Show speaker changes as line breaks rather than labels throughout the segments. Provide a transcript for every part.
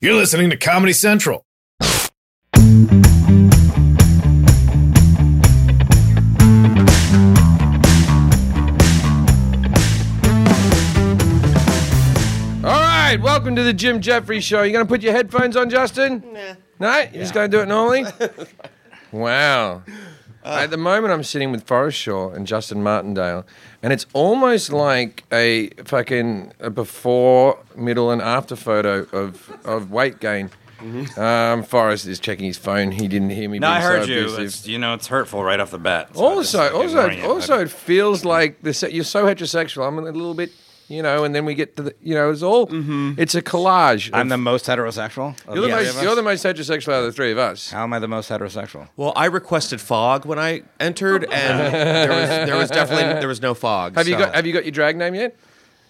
You're listening to Comedy Central.
All right, welcome to the Jim Jeffrey Show. You gonna put your headphones on, Justin? Nah. Not? You just gonna do it normally? wow.
Uh.
At the moment, I'm sitting with Forrest Shaw and Justin Martindale, and it's almost like a fucking a before, middle, and after photo of, of weight gain. Um, Forrest is checking his phone. He didn't hear me.
Mm-hmm. No,
being
I heard
so
you.
abusive.
It's, you know, it's hurtful right off the bat. So I just, like,
Also, also,
ignoring it.
also, it feels like this. You're so heterosexual. I'm a little bit, you know, and then we get to the, you know, it's all.
Mm-hmm.
It's a collage.
I'm
of-
the most heterosexual. of
You're the,
three
most,
of us.
you're the most heterosexual out of the three of us.
How am I the most heterosexual?
Well, I requested fog when I entered, and there was, there was definitely there was no fog.
Have you
so-
got Have you got your drag name yet?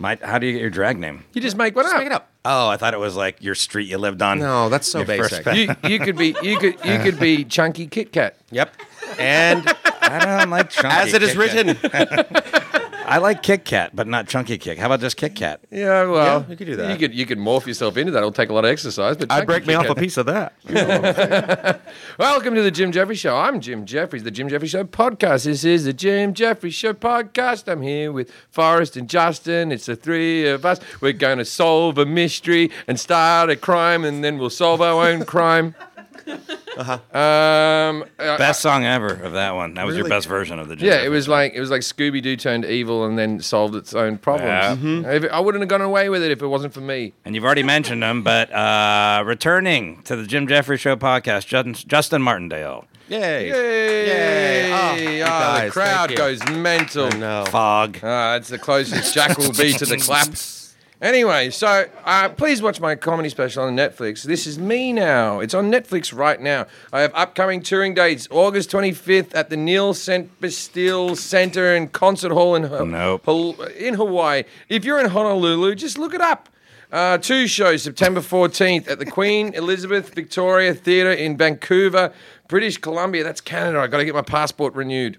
My, how do you get your drag name?
You just make one
Just
up.
make it up?
Oh, I thought it was like your street you lived on.
No, that's so
Your first
basic.
pet.
You, you could be you could you could be chunky Kit Kat.
Yep.
And I don't like chunky.
As it is
Kit Kat.
written.
I like Kit Kat, but not chunky kick. How about just Kit Kat?
Yeah, well,
Yeah, you could do that.
You could you could morph yourself into that. It'll take a lot of exercise, but chunky
I'd break me
Kit
off
Kat.
a piece of that.
Welcome to the Jim Jeffrey Show. I'm Jim Jeffries, the Jim Jeffrey Show podcast. This is the Jim Jeffrey Show podcast. I'm here with Forrest and Justin. It's the three of us. We're going to solve a mystery and start a crime, and then we'll solve our own crime.
Uh-huh.
Um, uh,
Best song ever of that one. That was your best version of the. Jim
yeah, it
Jeffries.
was like it was like Scooby Doo turned evil and then solved its own problems.
Yeah.
Mm-hmm.
If- I wouldn't have gone away with it if it wasn't for me.
And you've already mentioned him, but uh, returning to the Jim Jeffrey Show podcast, Justin, Justin Martindale.
Yay.
Yay!
Yay. Oh,
Oh,
you
the
guys, thank
crowd
you.
goes mental.
No.
Fog.
Uh, it's the closest Jack will be to the clap. Anyway, so uh, please watch my comedy special on Netflix. This is me now. It's on Netflix right now. I have upcoming touring dates August 25th at the Neil St. Bastille Center and Concert Hall in, Ha-
Nope.
Hol- in Hawaii. If you're in Honolulu, just look it up. Uh, two shows September 14th at the Queen Elizabeth Victoria Theatre in Vancouver, British Columbia. That's Canada. i got to get my passport renewed.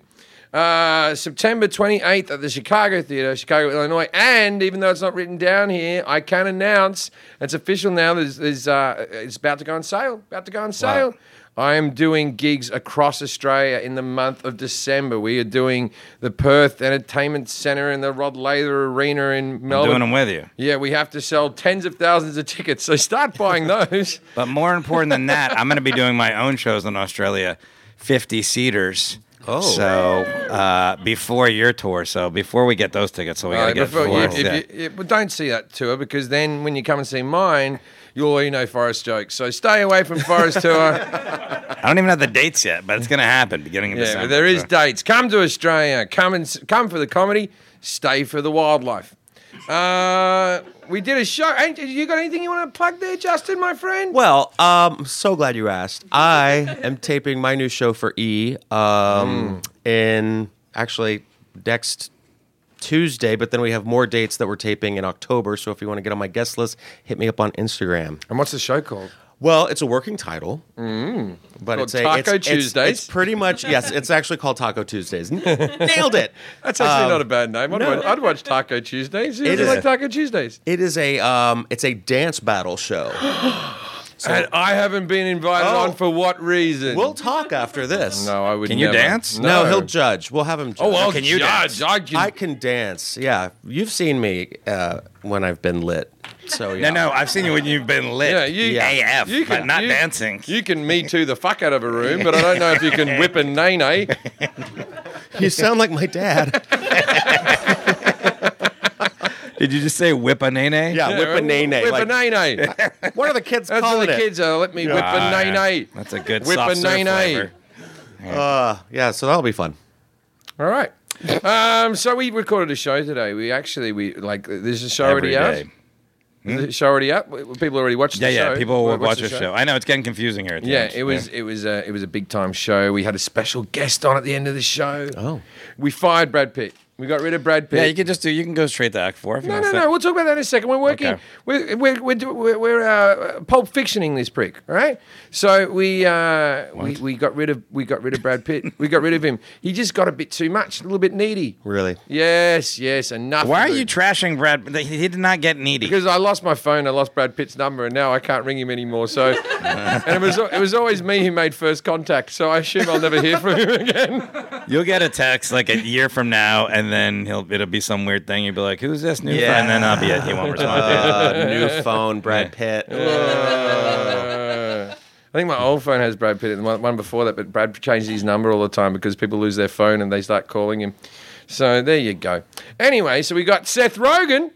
Uh, September 28th at the Chicago Theatre, Chicago, Illinois. And even though it's not written down here, I can announce it's official now. There's, there's, uh, it's about to go on sale. About to go on sale. I am doing gigs across Australia in the month of December. We are doing the Perth Entertainment Centre and the Rod Lather Arena in Melbourne.
Doing them with you.
Yeah, we have to sell tens of thousands of tickets. So start buying those.
But more important than that, I'm going to be doing my own shows in Australia, 50 seaters.
Oh.
So uh, before your tour, so before we get those tickets, so we got to
Uh,
get
before you-
four.
if you-
Yeah.
yeah, but don't see that tour because then when you come and see mine, you'll already know Forest jokes. So stay away from Forest tour.
I don't even have the dates yet, but it's going to happen beginning of
Yeah,
December.
but there is
so.
dates. Come to Australia. Come and s- come for the comedy. Stay for the wildlife. Uh, we did a show. Ain't, you got anything you want to plug there, Justin, my friend?
Well, um, I'm so glad you asked. I am taping my new show for E um,
Hmm.
in actually next Tuesday, but then we have more dates that we're taping in October. So if you want to get on my guest list, hit me up on Instagram.
And what's the show called?
Well, it's a working title, but
Called
it's a,
Taco
it's, it's-
Tuesdays?
It's, pretty much yes. It's actually called Taco Tuesdays. Nailed it.
That's actually
Um,
not a bad name. I'd,
no.
watch, I'd watch Taco Tuesdays. Who
It
doesn't
is.
like Taco Tuesdays?
It is a um, it's a dance battle show.
And I haven't been invited
Oh.
on for what reason?
We'll talk after this.
no, I would.
Can you
never.
dance?
no, he'll judge. We'll have him. Judge.
Oh, I'll
Can you
judge.
dance?
I can.
I can dance. Yeah, you've seen me uh, when I've been lit. So yeah.
No, no, I've seen you when you've been lit.
yeah, you
Yeah.
AF,
You
but not
you-
dancing.
You can me too the fuck out of a room, but I don't know if you can whip a nay nay.
You sound like my dad.
Did you just say whip a nene?
Yeah, whip a nay nay.
Whip a
Like,
nay nay.
what are the kids
That's
calling
what the
it?
kids are. Let me whip a nay nay.
That's a good
Whip
soft
a
serve
nay-nay.
flavor.
Uh, yeah, so that'll be fun.
All right. Um, so we recorded a show today. We actually we like there's a show
Every
already out.
day. Hmm?
Is the show already up. People already watched
Yeah,
the show.
yeah. People will
What- what's
watch
the
your show. I know it's getting confusing here. At the
Yeah,
end.
it was it was a it was a big time show. We had a special guest on at the end of the show.
Oh.
we fired Brad Pitt. We got rid of Brad Pitt.
Yeah, you can just do. You can go straight to Act Four. If you
No,
want
no,
to.
no. We'll talk about that in a second. We're working.
Okay.
We're we're we're, do- we're, we're uh, pulp fictioning this prick, all right? So we uh, we we got rid of we got rid of Brad Pitt. we got rid of him. He just got a bit too much, a little bit needy.
Really?
Yes, yes. Enough.
Why are
of it.
you trashing Brad? He he did not get needy.
Because I lost my phone, I lost Brad Pitt's number, and now I can't ring him anymore. So, and it was it was always me who made first contact. So I assume I'll never hear from him again.
You'll get a text like a year from now, and then he'll it'll be some weird thing. You'll be like, "Who's this new?" friend?"
Yeah.
And then I'll be it. He won't respond.
Uh, new phone, Brad Pitt.
I think my old phone has Brad Pitt, and the one- one before that, but Brad changes his number all the time because people lose their phone and they start calling him. So there you go. Anyway, so we got Seth Rogen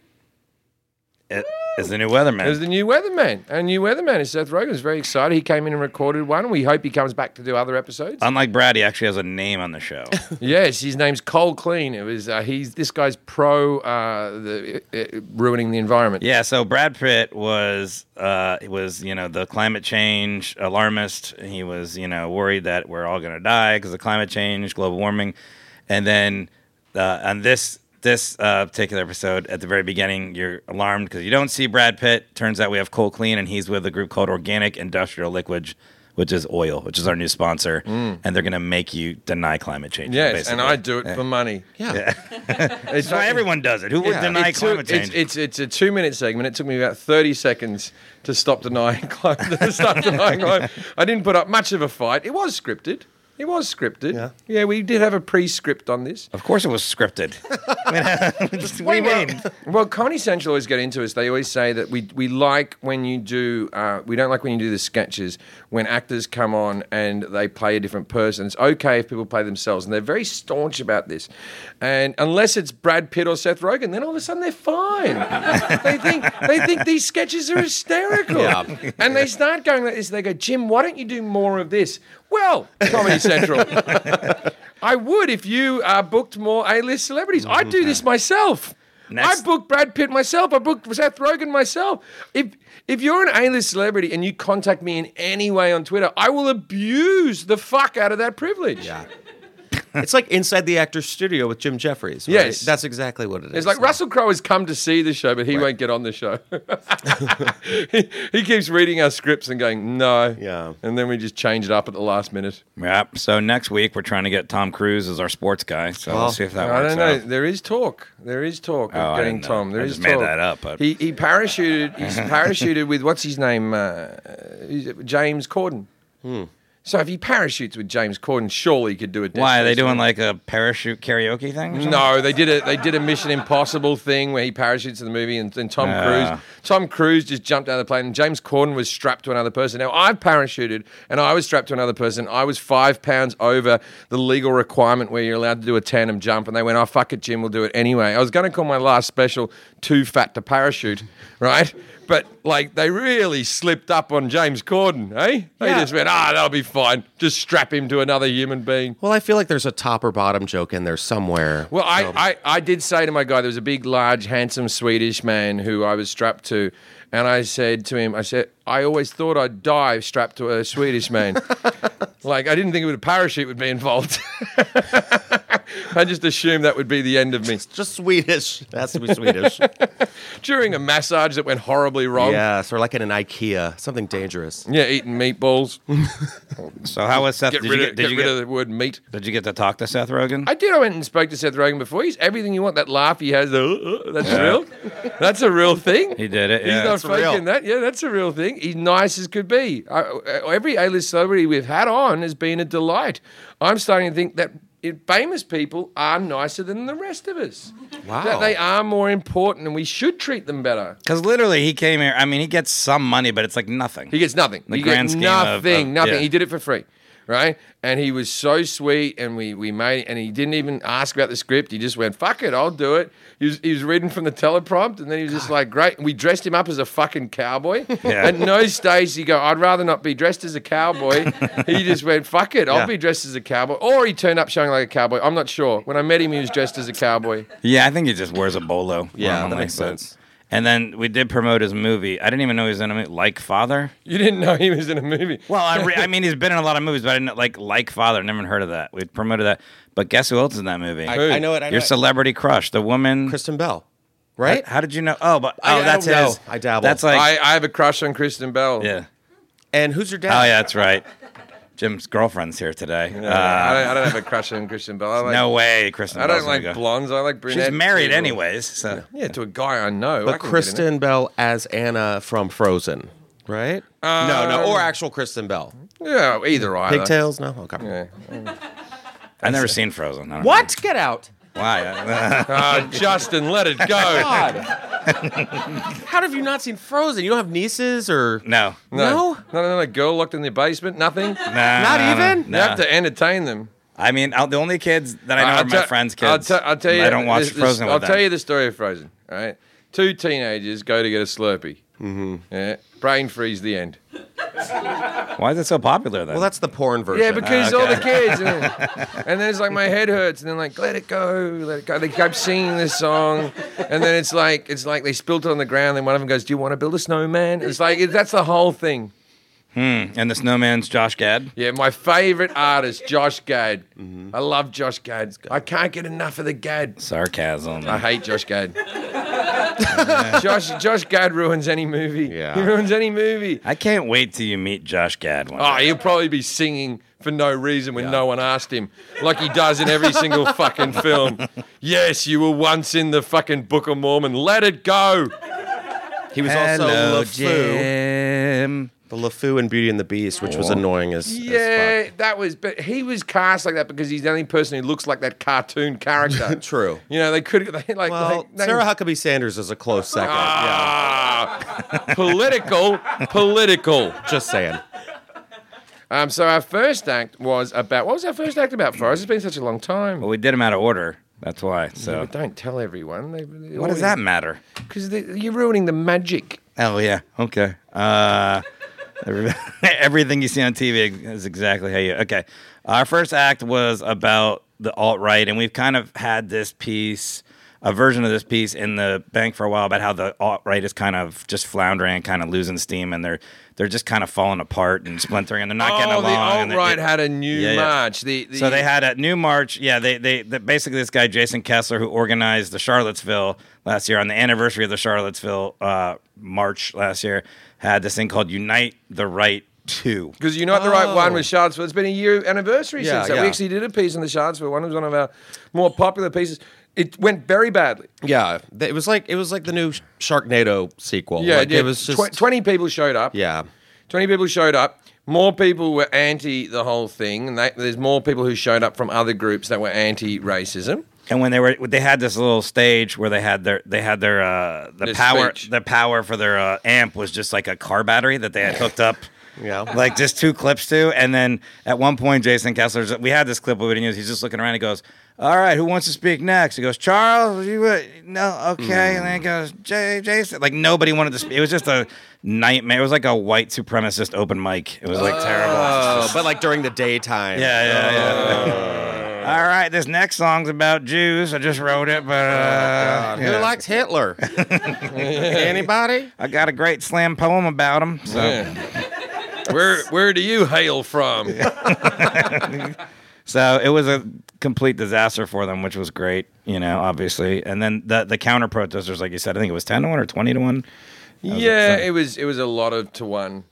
It- It's the new
as
weatherman.
the new weatherman. Our new weatherman is Seth Rogen. Is very excited. He came in and recorded one. We hope he comes back to do other episodes.
Unlike Brad, he actually has a name on the show.
Yes, his name's Cole Clean. It was uh, he's this guy's pro uh, the, uh, uh, ruining the environment.
yeah, so Brad Pitt was uh, he was you know the climate change alarmist. He was you know worried that we're all going to die because of climate change, global warming, and then uh, on this this uh, particular episode at the very beginning, you're alarmed because you don't see Brad Pitt. Turns out we have Cole Clean, and he's with a group called Organic Industrial Liquids. Which is oil, which is our new sponsor, and they're going to make you deny climate change.
Mm. Yes, and
basically.
I do it for money.
Yeah.
It's
That's why everyone does it. Who would
Yeah.
deny
it took-
climate change?
it's, it's it's a two minute segment. It took me about thirty seconds to stop denying climate. To stop denying climate. I didn't put up much of a fight. It was scripted. It was scripted.
Yeah.
yeah we did have a pre-script on this.
Of course, it was scripted. what do you mean?
Well, Comedy Central always get into us. They always say that we we like when you do. Uh, we don't like when you do the sketches when actors come on and they play a different person. It's okay if people play themselves, and they're very staunch about this. And unless it's Brad Pitt or Seth Rogen, then all of a sudden they're fine. they think they think these sketches are hysterical, and they start going like this. They go, Jim, why don't you do more of this? Well, Comedy Central. I would if you uh, booked more A-list celebrities. I'd do this myself.
Next-
I booked Brad Pitt myself. I booked Seth Rogen myself. If if you're an A-list celebrity and you contact me in any way on Twitter, I will abuse the fuck out of that privilege. Yeah.
It's like inside the actor's studio with Jim Jeffries. Right?
Yes.
That's exactly what it is.
It's like Russell Crowe has come to see the show, but he won't get on the show. he, he keeps reading our scripts and going, no.
Yeah.
And then we just change it up at the last minute.
Yep. So next week we're trying to get Tom Cruise as our sports guy. So
Well,
we'll see if that
I
works.
don't know.
out.
There is talk. There is talk
Oh,
of
I
getting
didn't know.
Tom. There
I
is
just made
talk.
that up, but-
He, he parachuted. He's parachuted with what's his name? Uh, is it James Corden.
Hmm.
So if he parachutes with James Corden, surely he could do it.
Why are they doing like a parachute karaoke thing? or something?
No, they did a they did a Mission Impossible thing where he parachutes in the movie, and, and Tom
Ah.
Cruise Tom Cruise just jumped out of the plane, and James Corden was strapped to another person. Now I parachuted, and I was strapped to another person. I was five pounds over the legal requirement where you're allowed to do a tandem jump, and they went, "Oh fuck it, Jim, we'll do it anyway." I was going to call my last special "Too Fat to Parachute," right? But like they really slipped up on James Corden, eh? They
Yeah.
just went, "Ah, that'll be fine. Just strap him to another human being."
Well, I feel like there's a top or bottom joke in there somewhere.
Well, I,
Um,
I, I did say to my guy, there was a big, large, handsome Swedish man who I was strapped to. And I said to him, I said, I always thought I'd die strapped to a Swedish man. like, I didn't think it would, a parachute would be involved. I just assumed that would be the end of me.
just Swedish. That's to be Swedish.
Um, During a massage that went horribly wrong.
yeah, sort of like in an IKEA, something dangerous.
Yeah, eating meatballs.
So how was Seth?
Get
did
rid,
you
of,
get, did
get
you
rid
get-
of the word meat.
did you get to talk to Seth Rogen?
I did. I went and spoke to Seth Rogen before. He's everything you want. That laugh he has. The, "Uh, uh," that's real. That's a real thing.
he did it.
He's
Yeah.
not
It's real.
faking that. Yeah, that's a real thing. He's nice as could be. I, I- every A-list celebrity we've had on has been a delight. I'm starting to think that it, famous people are nicer than the rest of us.
Wow.
That they are more important, and we should treat them better.
Because literally he came here. I mean, he gets some money, but it's like nothing.
He gets nothing.
The
he
grand
gets
scheme of-
nothing.
of-
nothing.
yeah.
He did it for free, right? And he was so sweet, and we we made, and he didn't even ask about the script. He just went, "Fuck it, I'll do it." He was, he was reading from the teleprompt, and then he was just like, "Great." And we dressed him up as a fucking cowboy.
Yeah.
At no stage he go, "I'd rather not be dressed as a cowboy." he just went, "Fuck it, I'll
Yeah.
be dressed as a cowboy," or he turned up showing like a cowboy. I'm not sure. When I met him, he was dressed as a cowboy.
yeah, I think he just wears a bolo.
Yeah, that
normally,
makes
but-
sense.
And then we did promote his movie. I didn't even know he was in a movie, Like Father.
You didn't know he was in a movie.
Well, I, re- I mean, he's been in a lot of movies, but I didn't like Like Father. Never even heard of that. We promoted that, but guess who else is in that movie?
I, I know it. I know
Your
it.
celebrity crush, the woman.
Kristen Bell, right?
How did you know? Oh, but
I-
oh,
I
that's
don't know.
his.
I dabble.
That's like
I, I have a crush on Kristen Bell.
yeah.
and who's your dad?
Oh yeah, that's right. Jim's girlfriend's here today.
Uh, I, don't, I
Ah.
don't have a crush on Kristen Bell. I like,
no way, Kristen.
I
Bell's
don't
gonna
like
go.
blondes. I like brunettes.
She's married
people.
anyways, so
Yeah, to a guy I know. I can
But
get in it.
Kristen Bell as Anna from Frozen, right? no, no, or actual Kristen Bell.
Yeah, either either.
Pigtails? No. Okay.
Yeah.
I've never seen Frozen. I don't
What? Get out!
know Why?
Ah, Justin, let it go.
God. How have you not seen Frozen? You don't have nieces or
no.
No?
Not another girl locked in their basement. Nothing.
Nah, Not
even?
You have to entertain them.
I mean, I'll, the only kids that I know are my
te-
friends'
I'll,
kids.
te- I'll tell you.
I don't watch
this- this-
Frozen with
I'll
them.
tell you the story of Frozen. All right, two teenagers go to get a Slurpee. Mm-hmm. Yeah, brain freeze. The end.
Why is it so popular then?
Well, that's the porn version.
Yeah, because all the kids. And then, and then it's like my head hurts, and then like let it go, let it go. They kept singing this song, and then it's like it's like they spilt it on the ground. Then one of them goes, "Do you want to build a snowman?" It's like it, that's the whole thing.
and the snowman's Josh Gad.
Yeah, my favorite artist, Josh Gad. I love Josh Gad. I can't get enough of the Gad.
Sarcasm.
I hate Josh Gad. Josh Josh Gad ruins any movie.
Yeah.
He ruins any movie.
I can't wait till you meet Josh Gad one
Oh,
day.
he'll probably be singing for no reason when no one asked him, like he does in every single fucking film. Yes, you were once in the fucking Book of Mormon. Let it go.
he was
Hello,
also LeFou,
Jim.
the LeFou in Beauty and the Beast, which was annoying as as
Yeah, that was. But he was cast like that because he's the only person who looks like that cartoon character.
fuck. True.
You know, they could they, like
Well,
they, they-
Sarah Huckabee Sanders is a close second.
Ah, political, political.
yeah, just saying.
Um, so our first act was about what was our first act about? Forrest, it's been such a long time.
Well, we did him out of order. That's why. So,
But don't tell everyone. They, they,
what does that matter?
Because you're ruining the magic.
Oh yeah. Okay. Uh, every- everything you see on TV is exactly how you. Okay. Our first act was about the alt right, and we've kind of had this piece, a version of this piece, in the bank for a while about how the alt right is kind of just floundering and kind of losing steam, and they're they're just kind of falling apart and splintering, and they're not getting
Oh,
along.
the
and
alt
they-
right
it-
had a new
Yeah, yeah.
march. The, the,
so they had a new march. Yeah, they they, they basically this guy Jason Kessler who organized the Charlottesville last year on the anniversary of the Charlottesville uh, march last year had this thing called Unite the Right Two.
because you're not the right
Oh.
one with Shardsville. It's been a year anniversary
Yeah,
since that. We
yeah.
actually did a piece on the Shardsville one. It was one of our more popular pieces. It went very badly.
Yeah, th- it was like it was like the new Sharknado sequel.
Yeah,
like,
yeah.
it was just
Tw- twenty people showed up.
yeah.
20 people showed up. More people were anti the whole thing, and they, there's more people who showed up from other groups that were anti racism.
And when they were they had this little stage where they had their they had their uh, the
Their
power
speech.
the power for their uh, amp was just like a car battery that they had hooked up.
Yeah.
like just two clips to, and then at one point Jason Kessler's we had this clip we didn't use. He's just looking around. He goes, "All right, who wants to speak next?" He goes, "Charles, you uh, no, okay." And then he goes, J- "Jason," like nobody wanted to. speak. It was just a nightmare. It was like a white supremacist open mic. It was like terrible.
Oh, but like during the daytime.
Yeah, yeah, yeah. Uh, All right, this next song's about Jews. I just wrote it, but uh,
Who
yeah.
likes Hitler? Anybody?
I got a great slam poem about him. So.
Where where do you hail from?
So it was a complete disaster for them, which was great, you know, obviously. And then the the counter protesters, like you said, I think it was ten to one or twenty to one.
yeah, it was it was a lot of to one.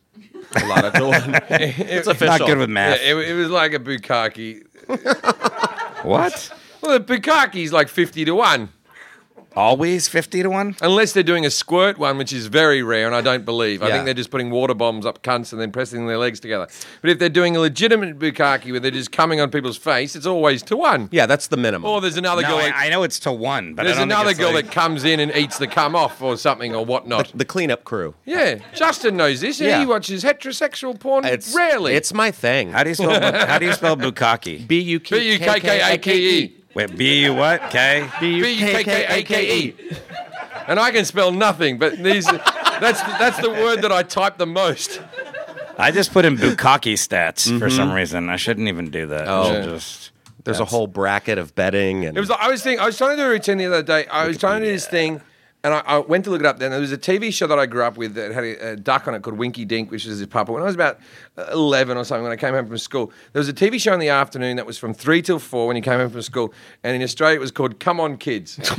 A lot of It's official.
Not good with
Yeah,
math.
it, it was like a bukkake.
what?
Well, the bukkake's like fifty to one,
Always fifty to one?
unless they're doing a squirt one, which is very rare, and I don't believe. I
Yeah.
think they're just putting water bombs up cunts and then pressing their legs together. But if they're doing a legitimate bukkake where they're just coming on people's face, it's always to one.
Yeah, that's the minimum.
Or there's another
No,
girl.
I,
that-
I know it's to one, but I
There's
don't think
another
it's
girl
like-
that comes in and eats the cum off or something or whatnot.
the cleanup crew.
yeah, Justin knows this.
Yeah.
He watches heterosexual porn
It's
rarely.
It's my thing.
How do you spell bu- how do you spell bukkake?
B U K E.
B U K K A K E.
Wait, B U what? K?
B
B U K K A K E. And I can spell nothing, but these that's that's the word that I type the most.
I just put in bukkake stats for some reason. I shouldn't even do that. I should
Oh.
just
There's a whole bracket of betting and
It was like, I was thinking I was trying to do a routine the other day. I was trying to do this thing And I, I went to look it up. Then there was a TV show that I grew up with that had a, a duck on it called Winky Dink, which is his papa. When I was about uh, eleven or something, when I came home from school, there was a TV show in the afternoon that was from three till four when you came home from school. And in Australia, it was called Come On Kids,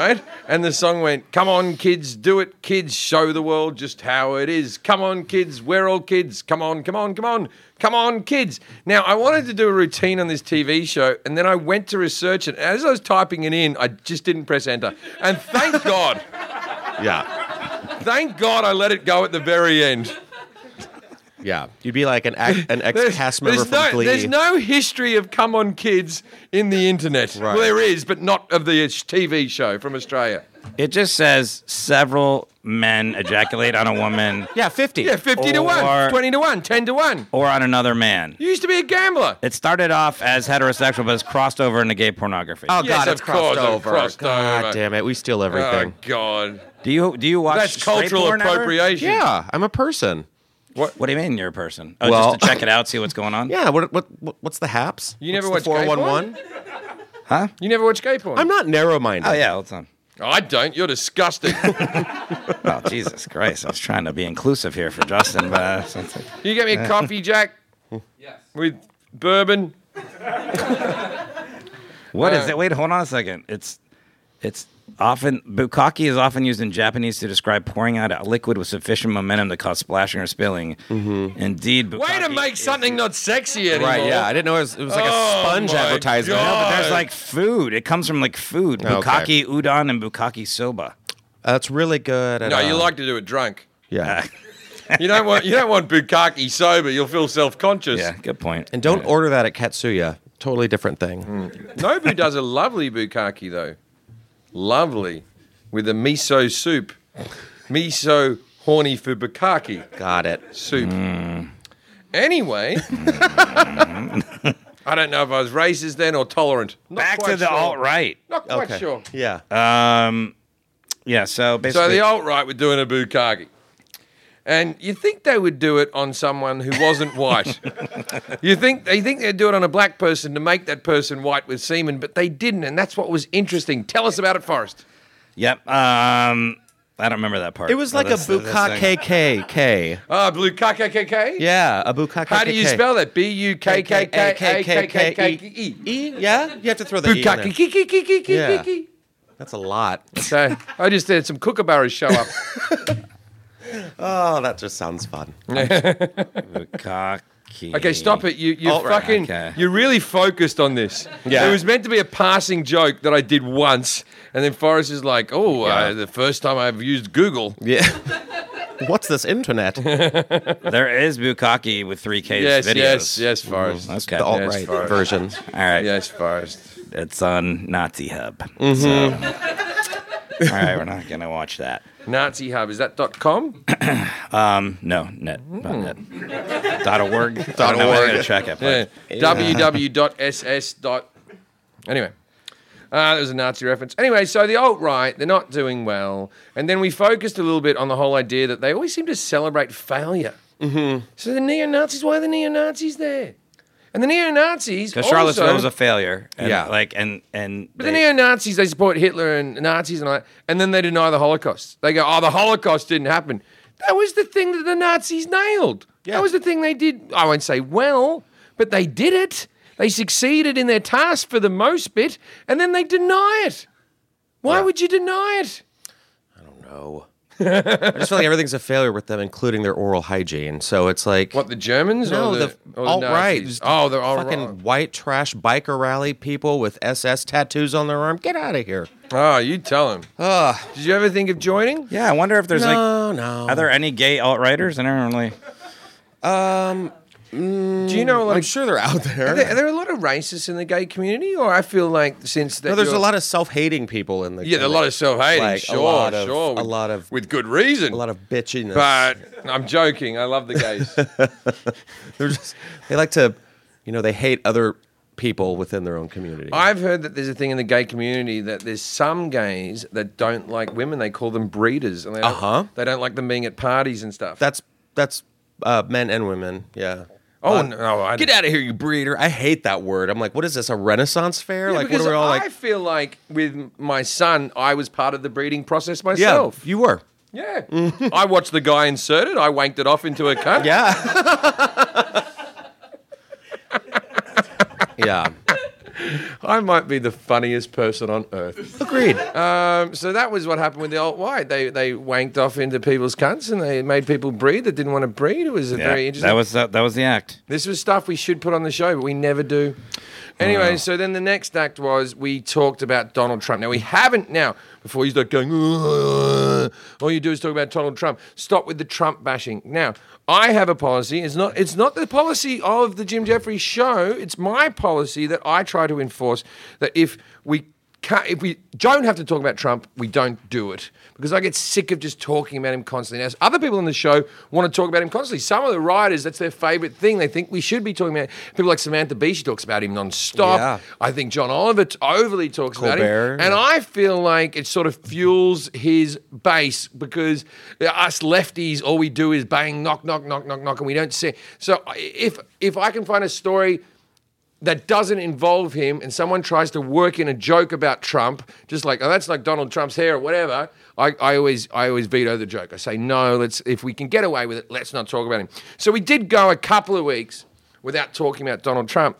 right? And the song went, "Come on, kids, do it, kids, show the world just how it is. Come on, kids, we're all kids. Come on, come on, come on." Come on, kids. Now, I wanted to do a routine on this TV show, and then I went to research it. As I was typing it in, I just didn't press enter. And thank God,
Yeah.
thank God I let it go at the very end.
Yeah. You'd be like an, ac- an ex cast member
there's
from
no,
Glee.
there's no history of Come On Kids in the internet. Well, there is, but not of the uh, TV show from Australia.
It just says several men ejaculate on a woman.
yeah, 50.
Yeah, 50 to 1,
Or-
20 to 1, 10 to 1.
Or on another man.
You used to be a gambler.
It started off as heterosexual, but it's crossed over into gay pornography.
Oh, God,
Yes,
it's
of course,
crossed
I've
over.
crossed
God
over.
damn it. We steal everything.
Oh, God.
do you do you watch?
That's
straight
cultural
porn ever?
appropriation.
yeah, I'm a person.
What do you mean you're a person? Oh,
Well-
just to check it out, see what's going on.
Yeah, what, what, what what's the haps?
You never
what's the
watch gay porn?
411?
You never watch gay porn?
I'm not narrow minded.
Oh yeah, hold on.
I don't. You're disgusting.
Oh Jesus Christ! I was trying to be inclusive here for Justin, but uh, since-
You get me a coffee, Jack? Yes. With bourbon?
what is
Uh,
it? Wait, hold on a second. It's it's often bukkake is often used in Japanese to describe pouring out a liquid with sufficient momentum to cause splashing or spilling.
Mm-hmm.
Indeed, bukkake
Way to make
is-
something not sexy anymore.
Right, yeah. I didn't know it was, it was like
Oh,
a sponge
my
advertisement.
God.
No, but there's like food. It comes from like food.
Okay.
Bukkake udon and bukkake soba.
Uh, That's really good. at,
No, you
uh,
like to do it drunk.
Yeah.
You don't want you don't want bukkake sober. You'll feel self conscious.
Yeah, good point.
And don't
Yeah.
order that at Katsuya. Totally different thing.
Hmm. Nobu does a lovely bukkake though, lovely, with a miso soup, miso horny for bukkake.
Got it.
soup. Anyway, I don't know if I was racist then or tolerant. Not
back
quite
to the
sure.
alt right.
Not quite sure. Uh,
Yeah.
Um, yeah. So
So
basically,
the alt right were doing a bukkake. And you think they would do it on someone who wasn't white. you think they think they'd do it on a black person to make that person white with semen, but they didn't, and that's what was interesting. Tell us about it, Forrest.
yep. Um, I don't remember that part.
it was like
Oh, this-
a
this thing.
bukkake K K.
Ah, blue KKKK?
Yeah, a bukkake.
How do you spell that? B U K K K K K K K E.
E? Yeah, you have to throw the E in there.
Bukkake. ki- ki- ki- ki- ki-
Yeah.
ki.
That's a lot.
So I just had some kookaburras show up.
Oh, that just sounds fun.
Bukkake.
Okay, stop it. You you
Alt right,
fucking
okay.
you really focused on this.
Yeah.
It was meant to be a passing joke that I did once, and then Forrest is like, "Oh, uh,
Yeah.
the first time I've used Google."
Yeah. What's this internet? The
There is bukkake with three Ks.
Yes,
videos.
yes, yes,
Mm-hmm.
Forrest.
Okay.
alt
Yes,
right
fine.
version.
All right.
Yes, Forrest.
It's on Nazi Hub.
Mm-hmm.
So. All right, we're not gonna watch that.
Nazi Hub is that dot com?
No, net, not net. Dot org. Dot org. I'm gonna check it.
Yeah.
but-
www.ss. dot- Anyway. Uh, there was a Nazi reference. Anyway, so the alt right, they're not doing well. And then we focused a little bit on the whole idea that they always seem to celebrate failure. Mm-hmm. So the neo Nazis, why are the neo Nazis there? And the neo Nazis.
Because Charlottesville was a
But
failure. And,
Yeah.
Like and and
the
they-
neo Nazis, they support Hitler and Nazis and all that. And then they deny the Holocaust. They go, oh, the Holocaust didn't happen. That was the thing that the Nazis nailed.
Yeah.
That was the thing they did. I won't say well, but they did it. They succeeded in their task for the most bit. And then they deny it. Why would you deny it?
No. I just feel like everything's a failure with them, including their oral hygiene. So it's like
What the Germans?
No,
or the,
the
or
alt-right.
Nazis? Oh, the all
fucking
right.
white trash biker rally people with SS tattoos on their arm. Get out of here.
Oh, you tell him. Did you ever think of joining?
Yeah, I wonder if there's like
No, Oh, no.
are there any gay alt writers? I don't really.
Do you know
I'm
like?
sure they're out
Are there,
there.
are there a lot of racists in the gay community, or I feel like since that
No, there's a
you're-
lot of self-hating people in the
yeah, there are a lot of self-hating,
Like, a
sure,
lot of-
sure,
a lot of-
with good reason,
a lot of bitchiness.
but I'm joking. I love the gays.
They're just they like to, you know, they hate other people within their own community.
I've heard that there's a thing in the gay community that there's some gays that don't like women. They call them breeders, and they don't,
Uh-huh.
they don't like them being at parties and stuff.
that's that's uh, men and women. Yeah,
Oh, no, I
Get out of here, you breeder! I hate that word. I'm like, what is this? A Renaissance fair?
Yeah,
like, what
because
are we all
I
like?
feel like with my son, I was part of the breeding process myself.
Yeah, you were.
Yeah. I watched the guy insert it. I wanked it off into a cunt.
Yeah. yeah.
I might be the funniest person on earth.
Agreed.
Um, so that was what happened with the alt white. They they wanked off into people's cunts and they made people breed that didn't want to breed. It was a very
Yeah,
interesting.
that was that, that was the act.
This was stuff we should put on the show, but we never do. Anyway, so then the next act was we talked about Donald Trump. Now we haven't now. Before you start going, "Ugh," all you do is talk about Donald Trump. Stop with the Trump bashing. Now I have a policy. It's not. It's not the policy of the Jim Jeffries show. It's my policy that I try to enforce that if we can't, if we don't have to talk about Trump, we don't do it because I get sick of just talking about him constantly. Now, other people on the show want to talk about him constantly. Some of the writers, that's their favorite thing. They think we should be talking about people like Samantha Bee. She talks about him nonstop.
Yeah.
I think John Oliver t- overly talks about him,
Colbert.
and I feel like it sort of fuels his base because us lefties, all we do is bang, knock, knock, knock, knock, knock, and we don't see. So if if I can find a story that doesn't involve him and someone tries to work in a joke about Trump, just like, oh, that's like Donald Trump's hair or whatever, I, I always I always veto the joke. I say, no, let's if we can get away with it, let's not talk about him. So we did go a couple of weeks without talking about Donald Trump.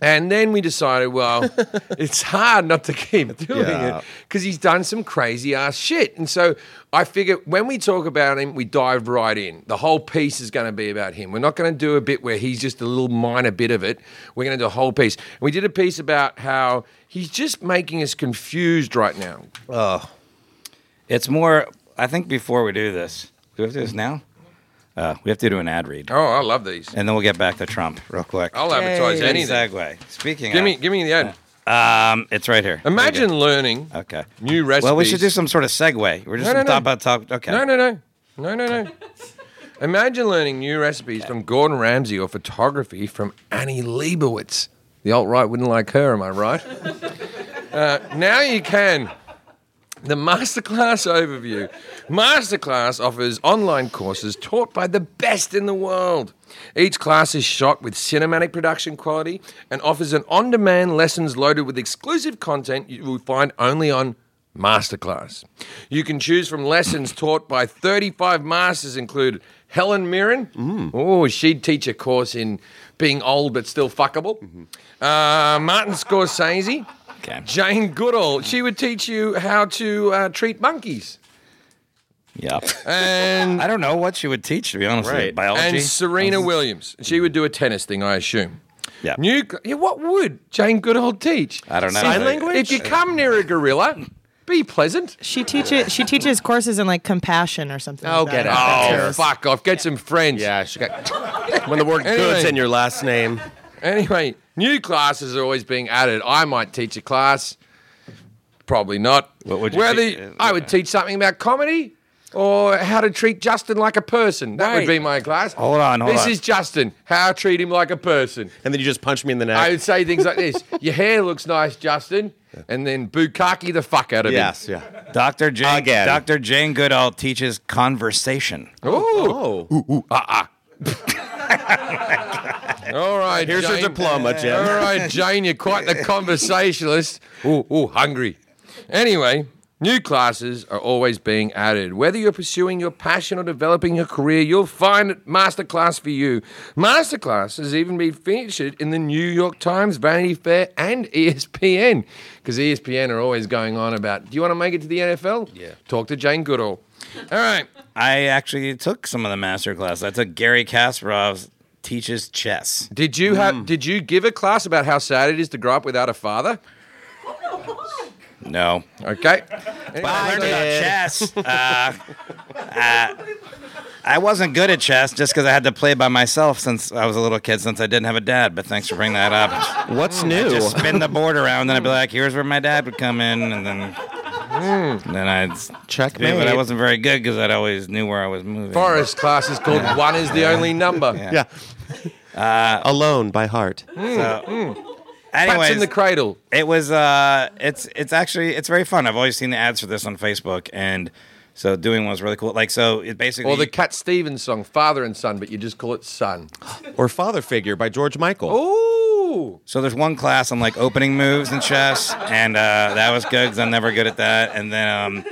And then we decided, well, it's hard not to keep doing
Yeah.
it because he's done some crazy ass shit. And so I figure when we talk about him, we dive right in. The whole piece is going to be about him. We're not going to do a bit where he's just a little minor bit of it. We're going to do a whole piece. And we did a piece about how he's just making us confused right now.
It's more. I think before we do this, do we have to do this now? Uh, we have to do an ad read,
Oh, I love these.
and then we'll get back to Trump real quick.
I'll advertise
Good
anything.
segue. Speaking
Give
of,
me, give me the ad.
um, it's right here.
Imagine
Okay.
learning
Okay.
new recipes.
Well, we should do some sort of segue. We're just
No, no,
gonna talk
no.
about talk. Okay.
No, no, no. No, no, no. Imagine learning new recipes from Gordon Ramsay or photography from Annie Leibovitz. The alt right wouldn't like her, am I right? Uh, now you can. The Masterclass Overview. Masterclass offers online courses taught by the best in the world. Each class is shot with cinematic production quality and offers an on demand lessons loaded with exclusive content you will find only on Masterclass. You can choose from lessons taught by 35 masters, included Helen Mirren. Oh, she'd teach a course in being old but still fuckable. Uh, Martin Scorsese.
Okay.
Jane Goodall. She would teach you how to uh, treat monkeys.
Yeah.
And,
I don't know what she would teach. To be honest, with you.
Right.
biology.
and Serena Williams. She would do a tennis thing, I assume.
Yeah.
New, yeah, what would Jane Goodall teach?
I don't know.
Sign
Sign
language?
language?
If you come near a gorilla, be pleasant.
She teaches she teaches courses in like compassion or something.
Oh,
like
get
that.
out.
Oh,
Sure.
fuck off. Get some friends.
Yeah, she got when the word
Anyway.
"goods" in your last name.
Anyway, new classes are always being added. I might teach a class. Probably not.
What would you
Whether
teach? Uh,
I would teach something about comedy or how to treat Justin like a person. That would
Wait.
be my class.
Hold on, hold
this
on.
is Justin. How treat him like a person.
And then you just punch me in the neck.
I would say things like this: Your hair looks nice, Justin, and then bukkake the fuck out of
yes, yeah.
Dr. Jane.
Again.
Dr. Jane Goodall teaches conversation.
him. Ooh.
Oh,
All right.
here's your
Jane.
diploma, Jim.
All right, Jane, you're quite the conversationalist. Ooh, ooh, hungry. Anyway, new classes are always being added. Whether you're pursuing your passion or developing your career, you'll find Masterclass for you. Masterclass has even been featured in the New York Times, Vanity Fair, and E ESPN. Because ESPN are always going on about, do you want to make it to the NFL? Yeah. Talk to Jane Goodall. All right.
I actually took some of the master class. I took Gary Kasparov's teaches chess.
Did you have? Did you give a class about how sad it is to grow up without a father?
No.
Okay.
I learned about chess. Uh, uh, I wasn't good at chess just because I had to play by myself since I was a little kid, since I didn't have a dad. But thanks for bringing that up.
what's new?
Just spin the board around, then I'd be like, "Here's where my dad would come in," and then
Hmm.
and then I'd do it. But I
Checkmate.
wasn't very good because I'd always knew where I was moving.
Forest class is called One is the Only Number.
Yeah. Uh, Alone by heart.
Bats
Anyways,
in the Cradle.
it was uh it's it's actually it's very fun i've always seen the ads for this on facebook and So doing one was really cool. Like so, it basically
Or the Cat Stevens song, Father and Son, but you just call it Son.
or Father Figure by George Michael.
Ooh.
So there's one class on like opening moves and chess, and uh, that was good because I'm never good at that. And then, um,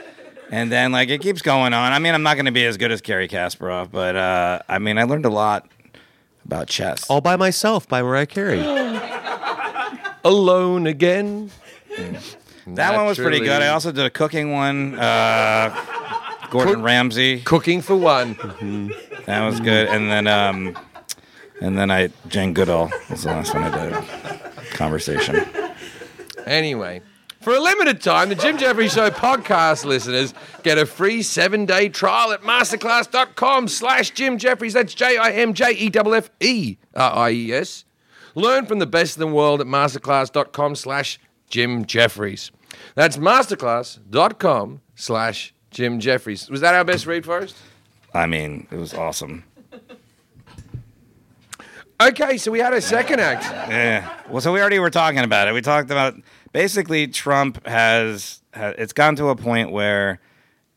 and then like it keeps going on. I mean, I'm not going to be as good as Kerry Kasparov, but uh, I mean, I learned a lot about chess.
All by Myself by Mariah Carey.
Alone again.
that one was pretty good. I also did a cooking one. Uh, Gordon
Cook-
Ramsay.
Cooking for one.
That was good. And then, um, and then I Jane Goodall was the last one I did. Conversation.
Anyway, for a limited time, the Jim Jeffrey Show podcast listeners get a free seven-day trial at masterclass.com slash Jim Jeffries. That's E J-I-M-J-E-F-F-E-R-I-E-S. E Learn from the best in the world at masterclass.com slash Jim Jeffries. That's masterclass.com slash Jim Jeffries. Was that our best read, Forrest?
I mean, it was awesome.
Okay, so we had a second act.
Yeah. Well, so we already were talking about it. We talked about basically Trump has, has it's gotten to a point where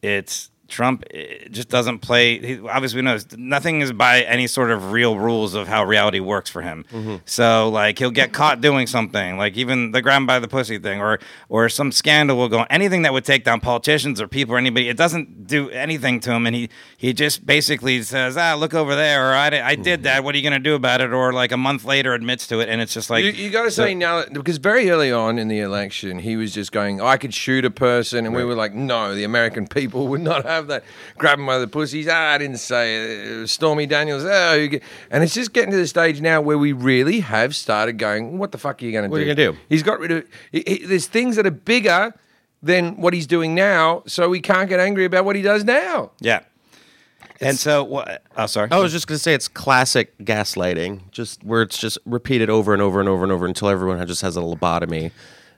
it's Trump eh, just doesn't play. He, obviously, we know nothing is by any sort of real rules of how reality works for him. So, like, he'll get caught doing something, like even the ground by the pussy thing, or or some scandal will go. Anything that would take down politicians or people or anybody, it doesn't do anything to him, and he he just basically says, "Ah, look over there," or "I, di- I did that. What are you gonna do about it?" Or like a month later, admits to it, and it's just like
You, you got to say
So-
now, because very early on in the election, he was just going, I could shoot a person. And we were like, no, the American people would not have that. Grab him by the pussies. Ah, I didn't say it. Uh, Stormy Daniels. Oh, you get-" and it's just getting to the stage now where we really have started going, what the fuck are you going to do?
What are you gonna do?
He's got rid of, he, he- there's things that are bigger than what he's doing now. So we can't get angry about what he does now.
yeah. And so, what? Oh, sorry.
I was just gonna say it's classic gaslighting, just where it's just repeated over and over and over and over until everyone just has a lobotomy,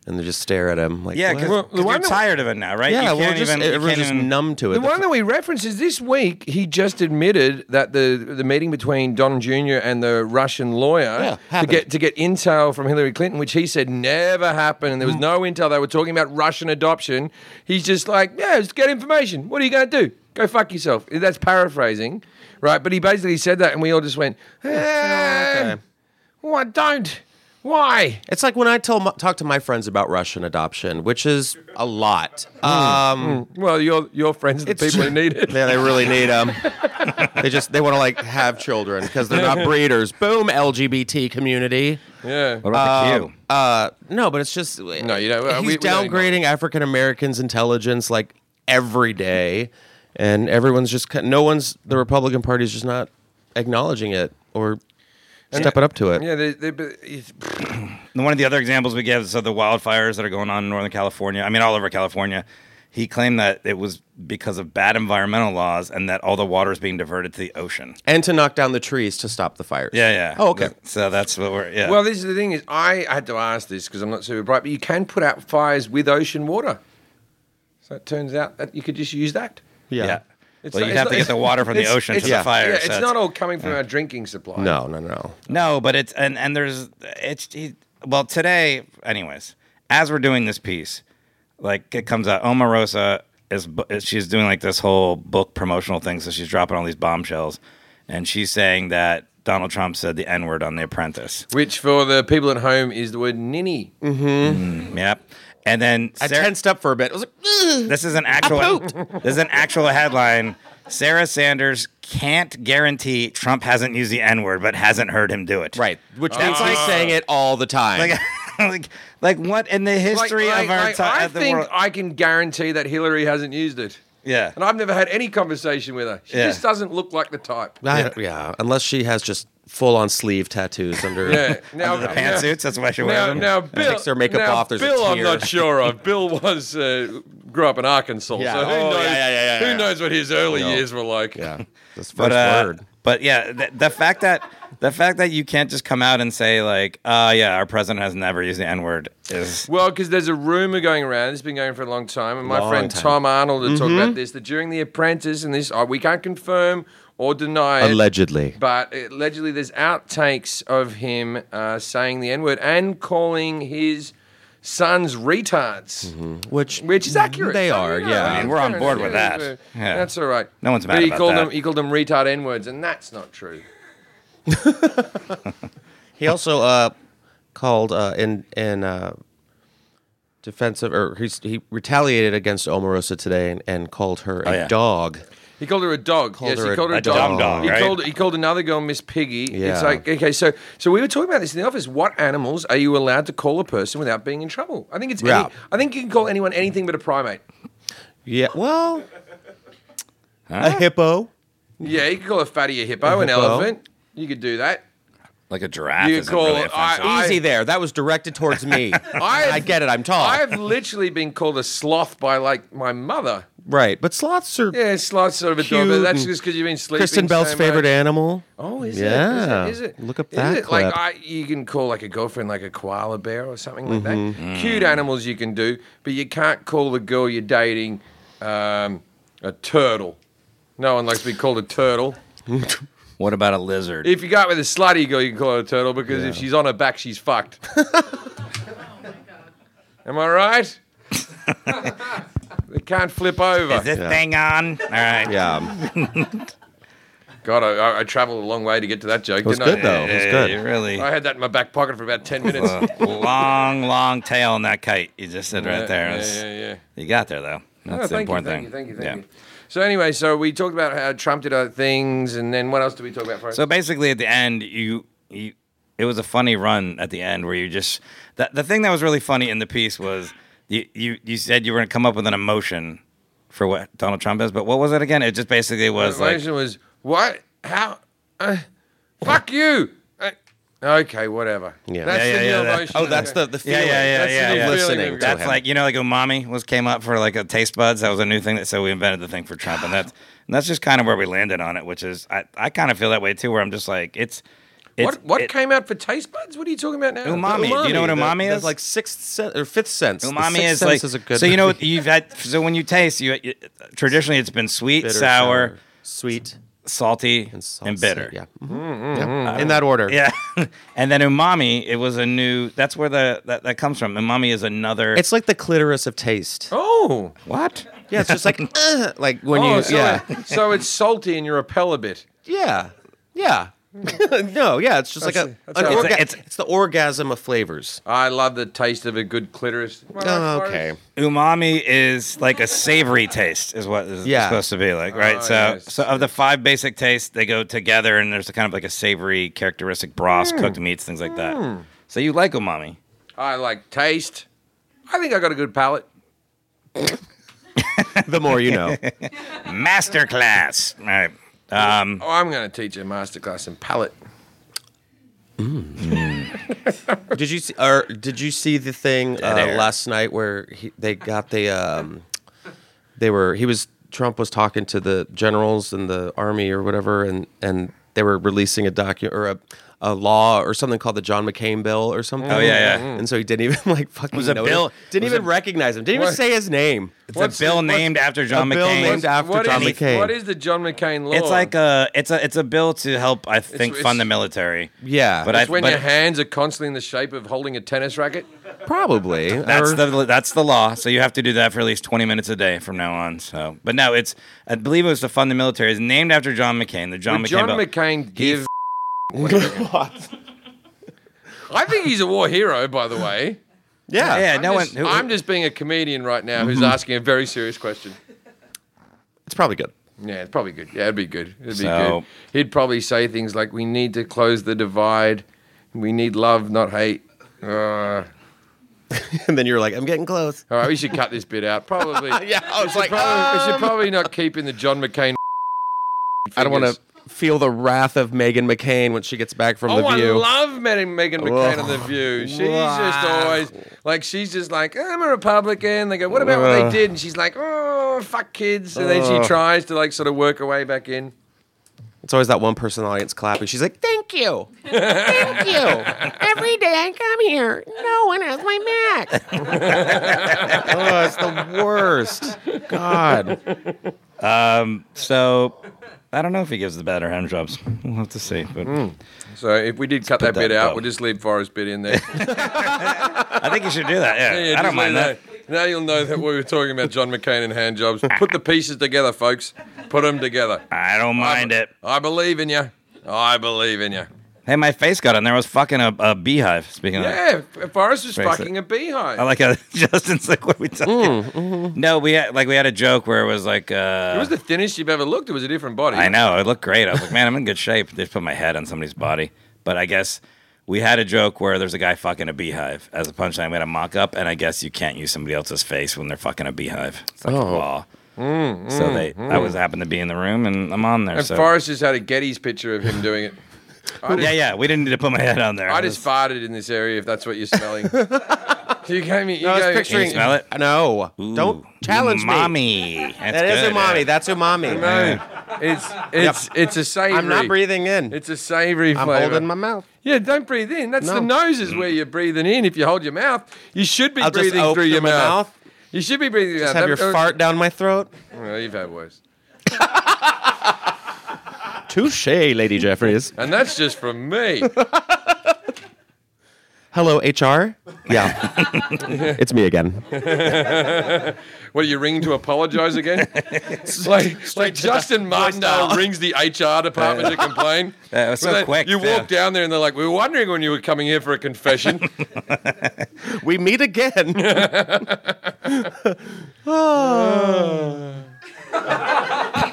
and they just stare at him like
yeah,
"What?"
because
Well, the
you're
one that-
tired of it now, right?
yeah,
you
well,
can't
just,
even. you
everyone's
can't
just
even-
numb to it.
The one that we referenced is this week. He just admitted that the the meeting between Don Jr. and the Russian
Yeah,
lawyer to
happened.
get to get intel from Hillary Clinton, which he said never happened, and there was
Mm.
no intel. They were talking about Russian adoption. He's just like, yeah, let's get information. What are you going to do? Go fuck yourself. That's paraphrasing, right? But he basically said that, and we all just went, eh,
okay.
why don't? Why?
It's like when I tell my- talk to my friends about Russian adoption, which is a lot.
Hmm.
Um,
Well, your your friends are the people who need it.
yeah, they really need them. they just they want to like have children because they're not breeders. Boom, LGBT community.
Yeah.
What about the queue?
Uh, no, but it's just no.
you don't-
He's
we- we don't know.
downgrading African Americans' intelligence like every day, and everyone's just cut- no one's the Republican Party's just not acknowledging it or stepping up to it.
Yeah, they, they, but it's-
And one of the other examples we give is of the wildfires that are going on in Northern California. I mean, all over California. He claimed that it was because of bad environmental laws and that all the water is being diverted to the ocean.
And to knock down the trees to stop the fires.
Yeah, yeah.
Oh, okay.
So that's what we're. Yeah.
Well, this is the thing is I had to ask this because I'm not super bright, but you can put out fires with ocean water. So it turns out that you could just use that.
yeah.
yeah.
well,
not-
you'd have to
not-
get the water from the
it's-
ocean to
it's-
the fire.
Yeah,
so
it's not all coming from our drinking supply.
No, no, no.
No, but it's and and there's it's he, well today. Anyways, as we're doing this piece, like it comes out, Omarosa is bu- is- she's doing like this whole book promotional thing, so she's dropping all these bombshells, and she's saying that Donald Trump said the N word on The Apprentice.
Which for the people at home is the word ninny.
Yep. And then
I
Sarah-
tensed up for a bit. I was like, "Ugh."
this is an actual this is an actual headline. Sarah Sanders can't guarantee Trump hasn't used the N word, but hasn't heard him do it.
right, which means he's saying it all the time.
Like, like, like what in the history
Like,
of
I,
our
I-
time?
I think I can guarantee that Hillary hasn't used it.
Yeah.
And I've never had any conversation with her. She
Yeah.
just doesn't look like the type.
I- yeah. unless she has just full on sleeve tattoos under.
Yeah. Now,
the
now-
pantsuits. That's why she wears
Now,
them.
now Bill,
takes their makeup
now,
off, there's a
Bill, I'm
tear.
not sure of. Bill was uh, grew up in Arkansas,
Yeah.
so who
Oh,
knows?
yeah, yeah, yeah, yeah,
who
yeah.
knows what his early
No.
years were like?
Yeah, this first
but uh,
word.
but yeah, the, the fact that the fact that you can't just come out and say like, uh yeah, our president has never used the N word is
Well, because there's a rumor going around. It's been going for a long time, and my
Long
friend
time. Mm-hmm.
Tom Arnold had talked about this. That during The Apprentice, and this oh, we can't confirm or deny it,
Allegedly.
but allegedly there's outtakes of him uh, saying the N word and calling his sons retards.
Mm-hmm. Which
Which is accurate.
Mm, They
so,
are,
you know,
yeah.
I mean, we're on
fair
board
enough,
with
yeah,
that.
yeah.
Yeah.
That's all right.
No one's mad
but he
about
called
that.
Them, he called them retard N words, and that's not true.
He also uh, called uh, in in uh, defensive, or he's, he retaliated against Omarosa today and, and called her a
Oh, yeah.
dog.
He called her a dog. yes,
her
he
a-
called her a,
a
dog.
dumb dog,
he
right?
called he called another girl Miss Piggy. It's
Yeah.
like okay, so so we were talking about this in the office. What animals are you allowed to call a person without being in trouble? I think it's
Yeah.
any, I think you can call anyone anything but a primate.
Yeah, well, a hippo.
Yeah, you could call a fatty a hippo, an
hippo.
elephant. You could do that.
Like a giraffe
You
isn't
call
really
it-
offensive.
I-
Easy there. That was directed towards me.
I've-
I get it. I'm tall.
I've literally been called a sloth by like my mother.
right, but sloths are
Yeah, sloth's sort of a dog,
Cute
but that's
and
just because you've been sleeping.
Kristen Bell's
so much.
favorite animal.
Oh, is
Yeah.
it? Is it? Is it?
Look up
Is
that
it? Like
clip.
I, you can call like a girlfriend like a koala bear or something like that.
Mm-hmm.
Cute
Mm.
animals you can do, but you can't call the girl you're dating um, a turtle. No one likes to be called a turtle.
What about a lizard?
If you go out with a slutty girl, you can call her a turtle because if she's on her back, she's fucked. Am I right? they can't flip over.
Is this thing on? All right.
Yeah,
God, I- I, I traveled a long way to get to that joke.
was
didn't
good,
I?
though. It's good.
You really
I had that in my back pocket for about ten minutes.
a long, long tail on that kite. You just did right there.
Yeah,
It's-
yeah, yeah.
You got there though. That's
Oh,
the
thank you,
important
thank you,
thing.
thank you,
yeah.
thank you. So anyway, so we talked about how Trump did other things, and then what else did we talk about? For
So basically, at the end, you, you it was a funny run at the end where you just that the thing that was really funny in the piece was you you, you said you were going to come up with an emotion for what Donald Trump is, but what was it again? It just basically was
the
like
question was what? How? Uh, fuck you. Uh, okay, whatever.
Yeah.
That's
Yeah,
the
yeah,
new
yeah, that-
emotion.
Oh, that's the the
yeah,
feeling.
yeah,
That's
yeah,
the
yeah, yeah.
feeling
Listening
we've
to
got.
That's like you know, like umami was came up for like a taste buds. That was a new thing that so we invented the thing for Trump, and that's and that's just kind of where we landed on it. Which is I, I kind of feel that way too, where I'm just like it's, it's
what what
it-
came out for taste buds? What are you talking about now?
Umami. Do you know what umami
the,
is?
The, like sixth sense or fifth sense. The
Umami
sixth
is
sense
like
is a good
so you know you've had so when you taste you, you- traditionally it's been sweet,
bitter,
sour,
sweet,
salty, and,
salsa.
bitter.
Yeah,
Mm-hmm.
Mhm. Yeah. in that order.
Yeah. and then umami, it was a new. That's where the that, that comes from. Umami is another.
It's like the clitoris of taste.
Oh,
what?
Yeah, it's just like uh, like when
oh,
you
so,
yeah
so it's salty and you repel a bit.
yeah yeah. no, yeah, it's just like a,
That's
an
how-
orga-
It's-
it's, the orgasm of flavors.
I love the taste of a good clitoris.
Oh, okay,
Umami is like a savory taste, is what it's
Yeah.
supposed to be like, right?
Oh,
so,
yes,
so of the five basic tastes, they go together, and there's a kind of like a savory characteristic broths,
Hmm.
cooked meats, things like that. So you like umami?
I like taste. I think I got a good palate.
the more you know.
Masterclass. All right. Um,
Oh, I'm going to teach a masterclass in palate.
Did you see, or did you see the thing uh,
air.
last night where he, they got the um, they were he was Trump was talking to the generals and the army or whatever and and they were releasing a document or a, a law or something called the John McCain bill or something.
Oh, yeah, yeah.
And so he didn't even like fucking
Was a
notice-
bill-
didn't
was
even
a-
recognize him. Didn't even
What?
say his name.
It's a bill named after John
a bill
McCain.
named after
What
John
is-
McCain.
What is the John McCain law?
it's like a it's a it's a bill to help I think
it's-
fund the military.
Yeah,
but I
It's when
but
your hands are constantly in the shape of holding a tennis racket.
probably
that's
or-
the that's the law. So you have to do that for at least twenty minutes a day from now on. So, but no, it's I believe it was to fund the military. It's named after John McCain. The John
Would
McCain.
John
bill.
McCain give. I think he's a war hero, by the way.
yeah
yeah,
I'm
no
just,
one. who- Mm-hmm.
I'm just being a comedian right now who's asking a very serious question.
It's probably good.
Yeah, it's probably good. Yeah, it'd be good. It'd be
So-
good. He'd probably say things like, "We need to close the divide. We need love, not hate." Uh,
and then you're like, I'm getting close.
All right, we should cut this bit out. Probably.
Yeah, I was like,
probably, um, we should probably not keep in the John McCain.
I don't want
fingers.
to feel the wrath of Megan McCain when she gets back from
Oh,
the
I
view.
love Megan, Megan McCain on The View. She's just always like, she's just like, I'm a Republican. They go, what about what
Ugh.
they did? And she's like, oh, fuck kids. And then she tries to like sort of work her way back in.
It's always that one person in the audience clapping. She's like, thank you. Thank you. Every day I come here, no one has my back. oh, it's the worst. God.
So I don't know if he gives the batter hand jobs. We'll have to see. But
Hmm. So if we did cut that,
that
bit out,
up.
we'll just leave Forrest bit in there.
I think you should do that. Yeah,
Yeah,
I
just
don't mind
leave
that.
Now you'll know that we were talking about John McCain and hand jobs. Put the pieces together, folks. Put them together.
I don't mind it.
I believe in you. I believe in you.
Hey, my face got on there. I was fucking a, a beehive. Speaking of that.
Yeah, Forrest was
Face it.
fucking a beehive.
I like how Justin's like, what are we talking?
Hmm.
No, we had like we had a joke where it was like, uh,
it was the thinnest you've ever looked. It was a different body.
I know. It looked great. I was like, man, I'm in good shape. They put my head on somebody's body. But I guess we had a joke where there's a guy fucking a beehive as a punchline. We had a mock up, and I guess you can't use somebody else's face when they're fucking a beehive. It's like
Oh.
a law.
Mm,
so they, I was happened to be in the room, and I'm on there.
And
so
Forrest just had a Getty's picture of him doing it. I just,
yeah, yeah, we didn't need to put my head on there.
I just farted in this area. If that's what you're smelling, you gave me. You
I was
gave-
picturing.
you smell it?
No.
Ooh,
Don't challenge me.
mommy. me, mommy.
That is umami. That's umami.
It's it's it's a savory.
I'm not breathing in.
It's a savory
I'm
flavor.
holding my mouth.
Yeah, don't breathe in. That's the
No.
nose is where you're breathing in. If you hold your mouth, you should be
I'll just
breathing through
open
your
my
mouth.
mouth.
You should be breathing
Just
out.
have your
Don't-
fart down my throat.
Well, you've had worse.
Touche, Lady Jeffries.
And that's just from me.
Hello, HR. Yeah, it's me again.
What do you ring to apologize again? like, like Justin Martindale rings the HR department to complain.
Yeah, it was so
Well, then
quick,
You
too.
walk down there and they're like, "We were wondering when you were coming here for a confession."
We meet again.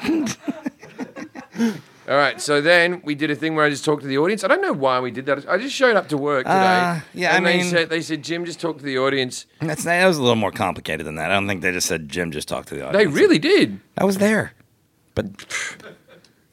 All right. So then we did a thing where I just talked to the audience. I don't know why we did that. I just showed up to work today.
Uh, yeah,
and
I
they
mean-
said they said Jim just talked to the audience.
That's that was a little more complicated than that. I don't think they just said Jim just talked to the
They
audience.
really did.
I was there, but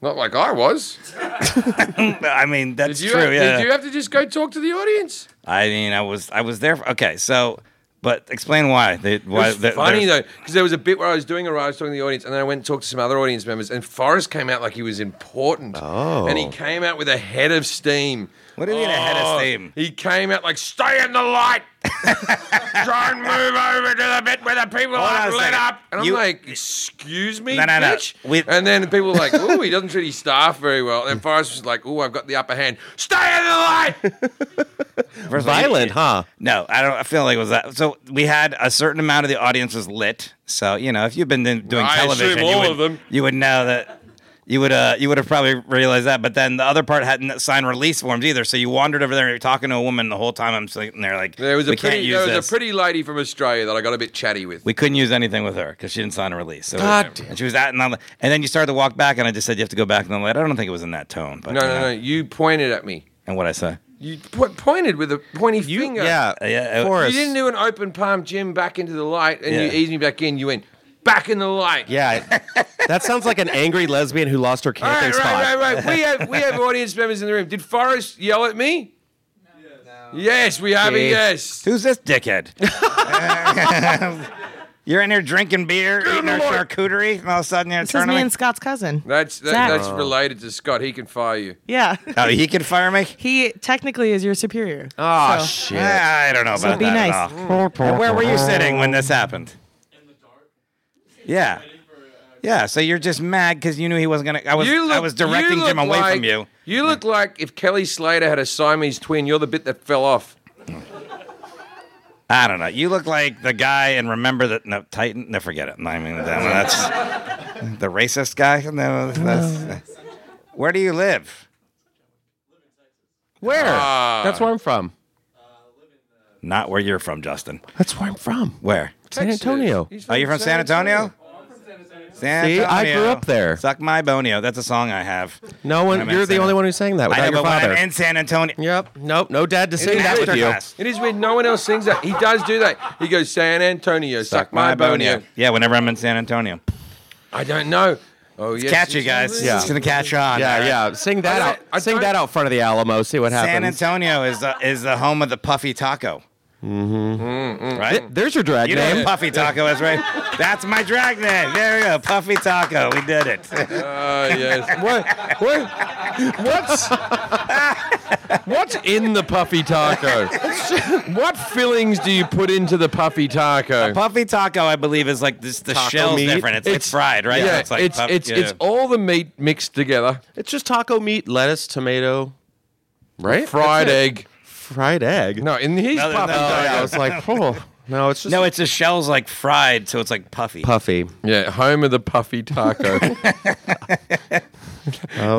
Not like I was.
I mean that's
Did you,
true.
have,
yeah.
did you have to just go talk to the audience?
I mean, I was I was there. For, okay, so but explain why they why
It's
they-
funny
they're-
though, because there was a bit where I was doing a ride, I was talking to the audience, and then I went and talked to some other audience members, and Forrest came out like he was important. Oh. And he came out with a head of steam.
What do you mean a head of
Oh,
steam?
He came out like, stay in the light. Try and move over to the bit where the people
Hold
are
on a
lit
second.
up. And
You-
I'm like, excuse me,
No, no, no.
bitch?
We-
And then people were like, ooh, he doesn't treat his staff very well. And Forrest was like, ooh, I've got the upper hand. Stay in the light.
first of all, you-
Violent, huh?
No, I don't. I feel like it was that. So we had a certain amount of the audience was lit. So you know, if you've been in- doing
I assume
television, you
all
would,
of them.
you would know that. You would uh, you would have probably realized that, but then the other part hadn't signed release forms either. So you wandered over there and you're talking to a woman the whole time. I'm sitting there like,
There was a
we can't
pretty,
use
there was
this.
a pretty lady from Australia that I got a bit chatty with.
we couldn't use anything with her because she didn't sign a release. So
God damn.
and she was out and, on the, and then you started to walk back, and I just said you have to go back and the light. I don't think it was in that tone, but
No,
you
no,
know.
no. You pointed at me.
And what I say?
You po- pointed with a pointy finger.
Yeah,
Uh, yeah, uh,
Forrest.
You didn't do an open palm, Jim, back into the light, and
Yeah.
you eased me back in. You went back in the light.
yeah, that sounds like an angry lesbian who lost her
All
camping
right,
spot.
right, right, right. We have we have audience members in the room. Did Forrest yell at me? Yes, we have a
Jeez.
yes.
Who's this dickhead? you're in there drinking beer, eating our
Lord.
charcuterie, and all of a sudden you're
This is me
turning.
and Scott's cousin.
That's that,
Zach.
that's related to Scott. He can fire you.
Yeah.
Oh, he can fire me.
He technically is your superior.
Ah,
Oh
So-
shit!
Yeah, Ah, I don't know about
be
that.
nice.
At all. And Where were you sitting when this happened? In the dark. Yeah. Yeah, so you're just mad because you knew he wasn't gonna. I was,
You look,
I was directing
you
him
look
away
like-
from you.
You look like if Kelly Slater had a Siamese twin. You're the bit that fell off.
I don't know. You look like the guy and remember that no Titan. No, forget it. No, I mean that- that's the racist guy. No, that's. Where do you live?
Where?
Ah.
That's where I'm from.
Not where you're from, Justin.
That's where I'm from.
Where?
San Antonio.
He's
Are you from San Antonio? San
See, I grew
Antonio.
up there.
Suck my bonio. That's a song I have.
No one.
I'm in
You're the
San-
only one who sang that
I
without
know,
your
but when
father.
I'm in San Antonio.
Yep. Nope. No dad to sing
is
that with
extra
you.
class.
It is weird. No one else sings that. He does do that. He goes, San Antonio, suck, my bonio.
Yeah, whenever I'm in San Antonio.
I don't know. Oh, yes.
Catch you
it's
guys.
Yeah.
It's gonna catch on.
Yeah, yeah. Sing that
I-
out.
I
sing
don't-
that out front of the Alamo. See what
San
happens.
Antonio is the, is the home of the puffy taco. Right?
There's your drag
You know what
name.
Puffy Taco is, right? That's my drag name. There we go, Puffy Taco. We did it.
Oh yes.
What? What? What's what's in the puffy taco? What fillings do you put into the puffy taco?
Puffy Taco, I believe, is like this. The
Taco
shell's
meat.
different. It's, it's fried, right?
Yeah,
So
it's
like
it's
puff-
it's,
yeah.
all the meat mixed together,
It's just taco meat, lettuce, tomato,
right? Fried egg.
fried egg.
No, in his
No, no,
puffy
no,
taco.
no.
I was like, oh. no, it's just
no, it's the shell's like fried, so it's like puffy.
puffy.
Yeah, home of the puffy taco.
Oh,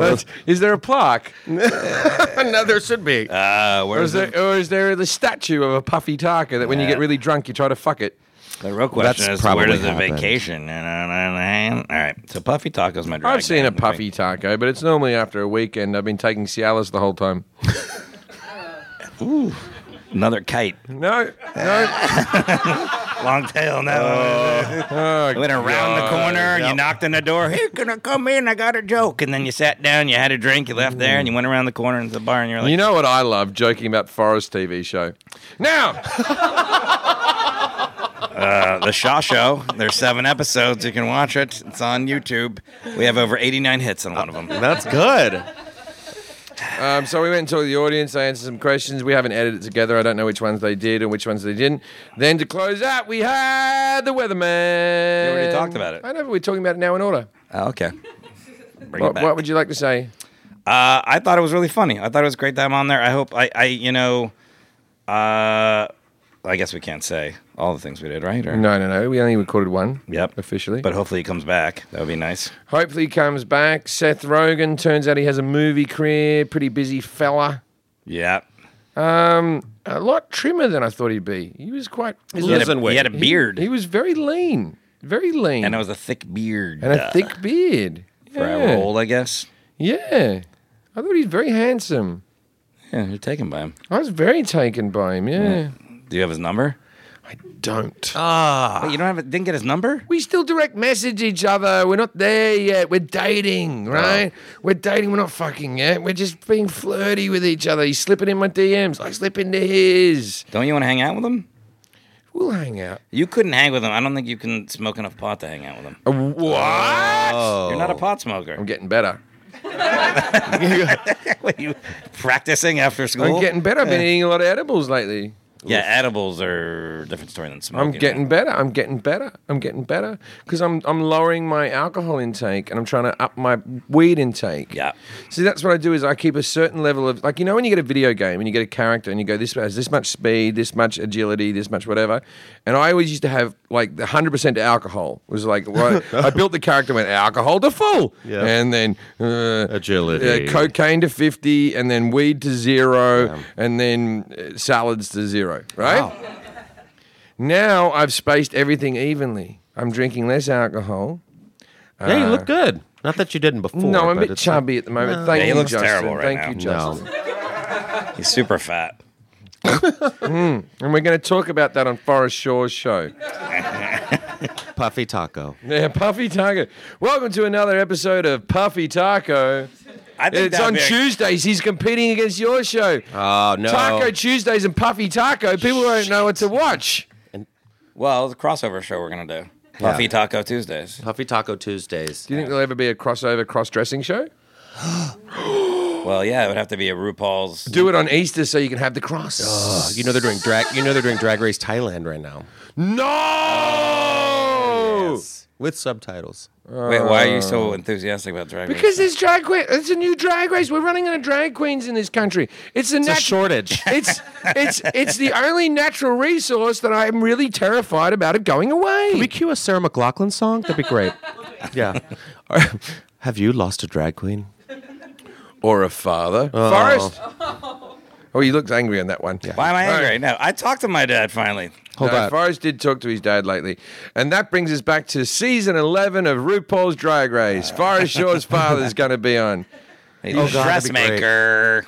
That's- is there a plaque,
no, there should be.
Uh,
or
where's
is there, or is there the statue of a puffy taco that when you
Yeah.
get really drunk you try to fuck it?
The real question
That's
is where
probably
does the
happened.
vacation? You know what I mean? All right. So Puffy Taco's my drag
I've seen a
name.
puffy taco, but it's normally after a weekend. I've been taking Cialis the whole time.
Another kite.
No, no.
Long tail. No.
Oh,
went around the corner. You knocked on the door. Hey, can I come in? I got a joke. And then you sat down. You had a drink. You left there, and you went around the corner into the bar, and you're like,
You know what I love? Joking about Forrest TV show. Now,
uh, the Shaw Show. There's seven episodes. You can watch it. It's on YouTube. We have over 89 hits on one of them.
That's good.
um, so we went into the audience. They answered some questions. We haven't edited it together. I don't know which ones they did and which ones they didn't. Then to close out, we had the weatherman.
already talked about it.
I know, but we're talking about it now in order.
Oh, okay. Bring it
What,
back.
what would you like to say?
Uh, I thought it was really funny. I thought it was a great time on there. I hope I, I you know, uh, I guess we can't say all the things we did, right? Or,
No, no, no. We only recorded one.
Yep.
Officially.
But hopefully he comes back. That would be nice.
Hopefully he comes back. Seth Rogen turns out he has a movie career. Pretty busy fella.
Yeah.
A lot trimmer than I thought he'd be. He was quite.
He had,
Losing
a, he
weight.
had a beard,
He was very lean. Very lean.
and it was a thick beard.
and a
uh,
thick beard.
for
yeah.
our role, I guess.
Yeah. I thought he was very handsome.
Yeah, you're taken by him.
I was very taken by him, yeah.
Do you have his number?
I don't.
Ah.
Ah.
Wait, you don't have it? Didn't get his number?
we still direct message each other. We're not there yet. We're
Oh.
dating, right? We're dating. We're not fucking yet. We're just being flirty with each other. He's slipping in my DMs. I slip into his.
Don't you want to hang out with him?
We'll hang out.
You couldn't hang with him. I don't think you can smoke enough pot to hang out with him.
What?
Oh.
You're not a pot
Oh. I'm
smoker.
getting better.
What, you practicing after school?
Oh.
I'm getting better. I've been eating a lot of edibles lately.
Yeah, edibles are a different story than smoking.
I'm getting better. I'm getting better. I'm getting better because I'm I'm lowering my alcohol intake and I'm trying to up my weed intake.
Yeah.
See, that's what I do is I keep a certain level of like you know when you get a video game and you get a character and you go this has this much speed, this much agility, this much whatever, and I always used to have like 100 percent alcohol It was like what I built the character went alcohol to full,
Yeah.
and then uh,
Agility.
uh, cocaine to 50, and then weed to zero, and then uh, salads to zero, right? Now I've spaced everything evenly. I'm drinking less alcohol.
yeah, you look good. Not that you didn't before.
Uh, no, I'm a
but
bit
it's like-
chubby at the moment. Thank
Yeah, he
you,
looks
Justin.
terrible right
Thank
now.
you, Justin.
no.
He's super fat.
And we're going to talk about that on Forest Shaw's show.
Puffy taco.
Yeah, Puffy Taco. Welcome to another episode of Puffy Taco.
I think
It's
that'd
on
be a-
Tuesdays. He's competing against your show.
Oh no.
Taco Tuesdays and Puffy Taco. People don't know what to watch.
Well, it's a crossover show we're gonna do. Puffy
Yeah.
Taco Tuesdays.
Puffy taco Tuesdays.
Do you think there'll ever be a crossover cross dressing show?
Well, yeah, it would have to be a RuPaul's.
Do it on Easter so you can have the cross.
Oh, you know they're doing drag. You know they're doing Drag Race Thailand right now.
No!
With subtitles.
Wait, why are you so enthusiastic about Drag
uh,
Race?
Because there's drag queen. It's a new drag race. We're running out of drag queens in this country. It's a,
It's
nat-
a shortage.
It's it's it's the only natural resource that I'm really terrified about it going away.
Can we cue a Sarah McLaughlin song? That'd be great. yeah. Or- Have you lost a drag queen?
or a father, Forrest. Oh, he looks angry on that one.
why am I angry? No, I talked to my dad finally.
Hold
no,
on.
Forrest did talk to his dad lately. And that brings us back to season 11 of RuPaul's Drag Race. Forrest Shaw's father's going to be on. Oh,
He's a
God, that'd be great.
dressmaker.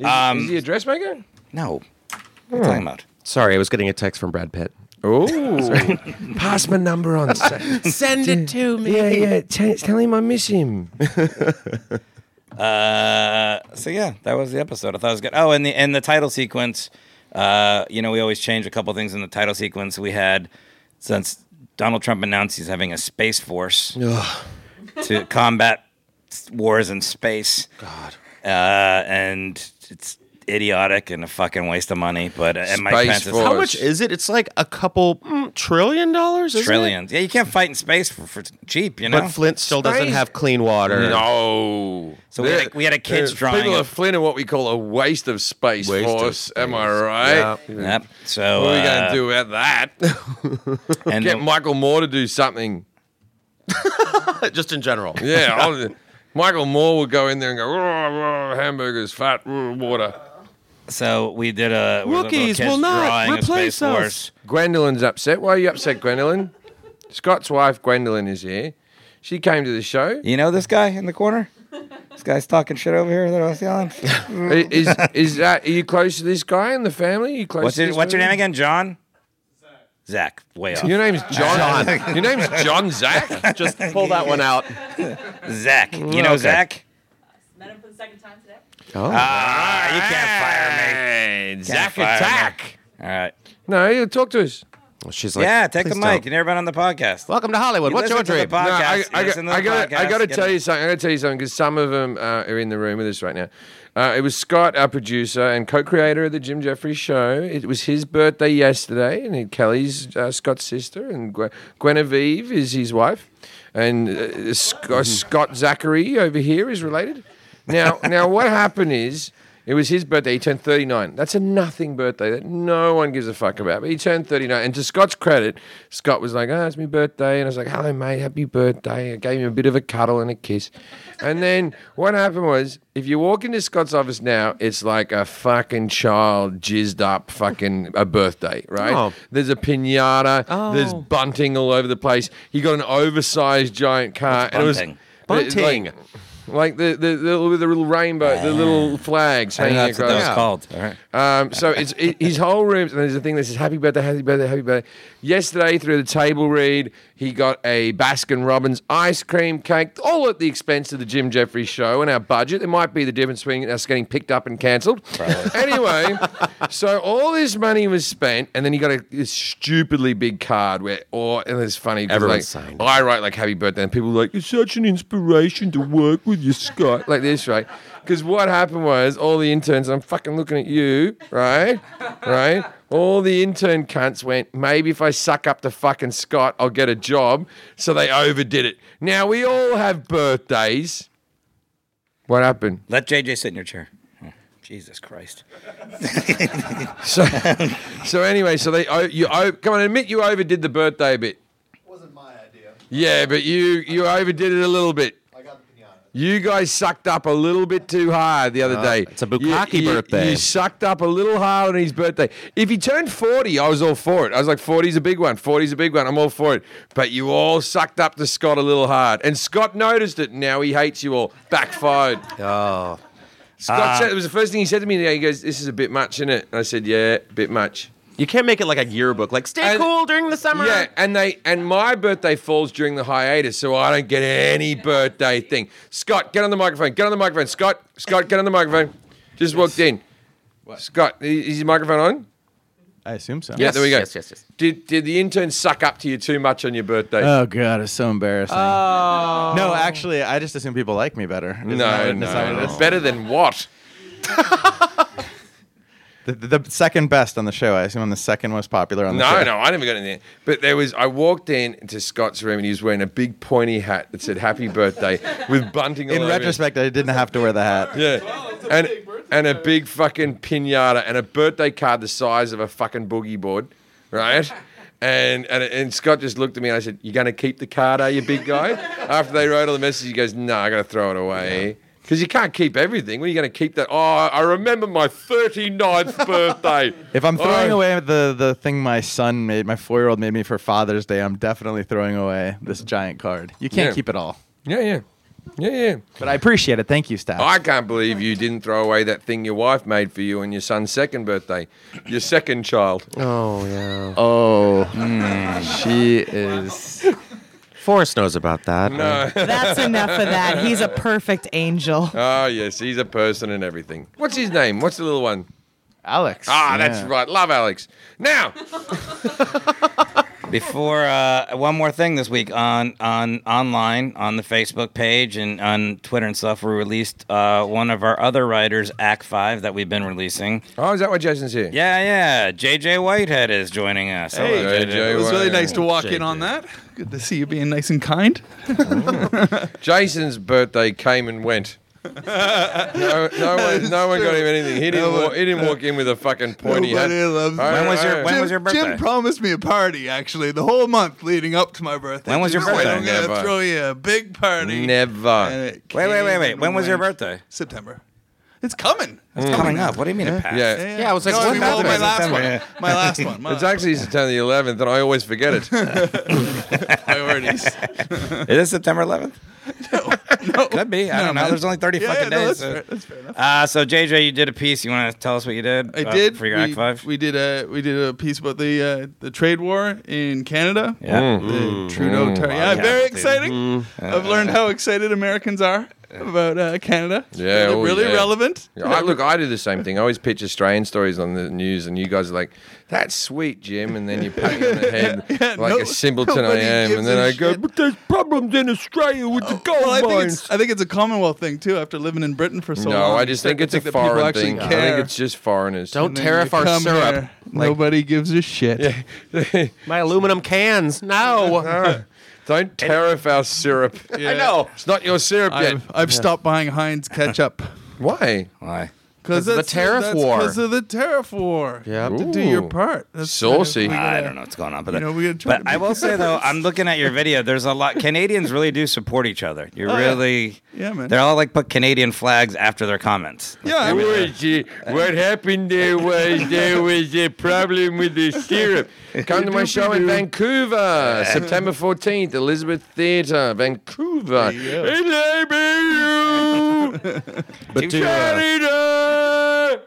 Is, is he a dressmaker?
No, what are
Hmm.
you talking about?
Sorry, I was getting a text from Brad Pitt.
Oh. Pass my number on. Sa-
Send it to me.
yeah, yeah. T- tell him I miss him.
Uh, so yeah, that was the episode. I thought it was good. Oh, and the and the title sequence Uh, you know, we always change a couple things in the title sequence. We had since Donald Trump announced he's having a space force to combat s- wars in space. God, uh, and it's idiotic and a fucking waste of money. But uh, and Mike
Space
Pence is
force.
How much is it? It's like a couple mm, trillion dollars. isn't it?
trillions. Yeah, you can't fight in space for, for cheap. You know,
But Flint still doesn't
Space-
have clean water.
No.
So we had a- we had a kid's drawing
People
of-
are fleeing what we call a waste of space
Waste of
force. Am I
space.
right?
Yeah.
Yep. So
What are we going
uh,
to do about that?
And
Get
the-
Michael Moore to do something.
Just in general.
Yeah. I'll- Michael Moore would go in there and go, "Roar, roar, hamburgers, fat, roar, water.
so we did a we did a little
Rookies
kid's
will not
drawing of
replace
Space
us.
Force.
Gwendolyn's upset. Why are you upset, Gwendolyn? Scott's wife, Gwendolyn, is here. She came to the show.
You know this guy in the corner? This guy's talking shit over here that I was yelling.
I- Is is that? Are you close to this guy in the family? Are you close?
what's
to
your,
this
what's your
family?
name again? John. Zach. Way off.
Your name's John. Your name's John Zach.
Just pull that one out.
Zach. You know Zach.
Met him for the second time today.
Ah, you can't fire me.
Hey, Zach
fire me.
Attack.
All right.
No, you talk to us.
She's like,
Yeah, take the
"Please
mic.
don't."
You never been on the podcast.
Welcome to Hollywood.
You
What's your
listen to the
dream?
podcast,
No, I, I,
you listen to the
got, I
podcast,
got to
get
tell
it.
you something. I got to tell you something because some of them uh, are in the room with us right now. Uh, it was Scott, our producer and co-creator of the Jim Jeffries Show. It was his birthday yesterday, and he, Kelly's uh, Scott's sister, and Gwe- Guinevere is his wife, and uh, Sc- Scott Zachary over here is related. Now, now, what happened is. It was his birthday. He turned 39. That's a nothing birthday that no one gives a fuck about. But he turned 39. And to Scott's credit, Scott was like, oh, it's my birthday. And I was like, hello, mate. Happy birthday. I gave him a bit of a cuddle and a kiss. And then what happened was, if you walk into Scott's office now, it's like a fucking child jizzed up fucking a birthday, right?
Oh.
There's a pinata. There's
Oh.
bunting all over the place. He got an oversized giant car. and it was-
bunting?
but it's like-
Bunting.
Like the, the, the, with the little rainbow, the little flags
I
hanging
know that's what
across.
that was called. All right.
Um, so it's it, his whole room. And there's a thing that says "Happy birthday, happy birthday, happy birthday." Yesterday, through the table read, he got a Baskin Robbins ice cream cake, all at the expense of the Jim Jeffries show and our budget. It might be the difference between us getting picked up and cancelled. anyway, so all this money was spent, and then he got a this stupidly big card where, or and it's funny. 'cause,
Everyone
like,
signed.
I write like "Happy birthday," and people are like, "It's such an inspiration to work with you, Scott." like this, right? Because what happened was all the interns, I'm fucking looking at you, right? Right? All the intern cunts went, maybe if I suck up to fucking Scott, I'll get a job. So they overdid it. Now we all have birthdays. What happened?
Let JJ sit in your chair. Oh, Jesus Christ.
So, so anyway, so they o- you o- come on admit you overdid the birthday bit.
wasn't my idea.
Yeah, but you you overdid it a little bit.
I got the pinata.
You guys sucked up a little bit too hard the other day.
Uh, it's a bukkake
You- you-
birthday.
You sucked up a little hard on his birthday. If he turned 40, I was all for it. I was like, 40's a big one. 40's a big one. I'm all for it. But you all sucked up to Scott a little hard. And Scott noticed it. Now he hates you all. Backfired.
Oh,
Scott said, it was the first thing he said to me today. He goes, This is a bit much, isn't it? And I said, Yeah, bit much.
you can't make it like a yearbook. Like stay
And-
cool during the summer.
Yeah, and they and my birthday falls during the hiatus, so I don't get any birthday thing. Scott, get on the microphone. Get on the microphone. Scott, Scott, get on the microphone. Just walked in. Scott, i- is your microphone on?
I assume so.
yeah, there we go.
yes, yes, yes.
Did did the intern suck up to you too much on your birthday?
Oh god, it's so embarrassing. No, actually, I just assume people like me better. Isn't that
Oh. no,
what- is that
no,
what it is?
no. Better than what?
The, the second best on the show. I assume I'm the second most popular on the show.
No, no, I never got in there. But there was, I walked in to Scott's room and he was wearing a big pointy hat that said "Happy Birthday" with bunting. all
In
over it.
retrospect, I didn't have to wear the hat.
Yeah. and, and a big fucking pinata and a birthday card the size of a fucking boogie board, right? And, and and Scott just looked at me and I said, "You're gonna keep the card, are you, big guy?" After they wrote all the messages, he goes, "No, I gotta throw it away." Because you can't keep everything. When are you going to keep that? Oh, I remember my 39th birthday.
If I'm throwing
Oh.
away the, the thing my son made, my four year old made me for Father's Day, I'm definitely throwing away this giant card. You can't
Yeah.
keep it all.
Yeah, yeah. Yeah, yeah.
But I appreciate it. Thank you, staff.
Oh, I can't believe you didn't throw away that thing your wife made for you on your son's second birthday, your second child.
Oh yeah.
oh, she is.
Forrest knows about that.
No.
That's enough of that. He's a perfect angel.
Uh, Oh, yes, he's a person and everything. What's his name? What's the little one?
Alex.
Ah, that's
yeah.
right. Love Alex. Now,
Before uh, one more thing this week on on online on the Facebook page and on Twitter and stuff, we released uh, one of our other writers, Act Five, that we've been releasing.
Oh, is that why Jason's here?
Yeah, yeah. JJ Whitehead is joining us. Hello,
Hey,
JJ.
JJ.
It was really nice to walk
Jake
in on
did.
that. Good to see you being nice and kind.
Jason's birthday came and went. no, no one, no one got him anything. He didn't, wa- he didn't walk in with a fucking pointy hat.
Nobody loves
All
When
right,
was
all
your
right.
when
Jim,
was your birthday?
Jim promised me a party actually the whole month leading up to my birthday.
When was your
Just like,
birthday?
I'm gonna
Never.
throw you a big party. And
Never.
it
wait, wait, wait,
came
wait.
and
When was your
went.
birthday?
September. It's coming. It's
Coming up. What do you mean it passed?
Yeah.
Yeah,
Yeah, I was like,
no,
what
mean, well,
happened
my
in
last one.
September?
My last one. My
It's actually September the 11th, and I always forget it.
priorities.
It is September 11th. No, could be. I don't know. There's only 30
Yeah,
fucking
yeah, no,
days.
that's fair.
so. Uh, so JJ, you did a piece. You want to tell us what you did?
I
uh,
did.
for your
we,
Act Five.
We did a we did a piece about the uh, the trade war in Canada.
yeah.
The Trudeau tar- Yeah,
yeah,
very
dude.
exciting. I've learned how excited Americans are about uh, Canada.
Yeah,
Really-
oh,
really
yeah.
relevant.
Yeah, I, look, I do the same thing. I always pitch Australian stories on the news, and you guys are like, "That's sweet, Jim," and then you pat me on the head like
no-
a simpleton I
nobody
am,
gives
and then
a
I go,
shit.
"But there's problems in Australia with
Oh,
the gold
Well, I think
mines."
it's I think it's a Commonwealth thing too. After living in Britain for so
no,
long,
I
you
just think
start to
it's a
that people
foreign
actually
thing. I
care.
think it's just foreigners.
Don't
Then
tariff
you
our
come
syrup.
here, Nobody gives a shit.
My aluminum cans. No.
Don't tariff our syrup.
I know.
It's not your syrup yet.
I've, I've stopped buying Heinz ketchup.
Why?
Why?
Because
of the tariff war.
Because of the tariff war. Yeah, have to do your
Ooh.
part. That's
Saucy.
kind of- we
I
gotta-
don't know what's going on, but
You know, we gotta try
but
to
I
be-
will say though, I'm looking at your video. There's a lot. Canadians really do support each other. You
Oh, yeah.
really,
Yeah, man.
They're all like put Canadian flags after their comments.
Yeah, I mean,
Luigi, what happened there was there was a problem with the syrup. Come to my show in Vancouver, September 14th, Elizabeth Theatre, Vancouver. Enable you,
but do, uh,
Canada!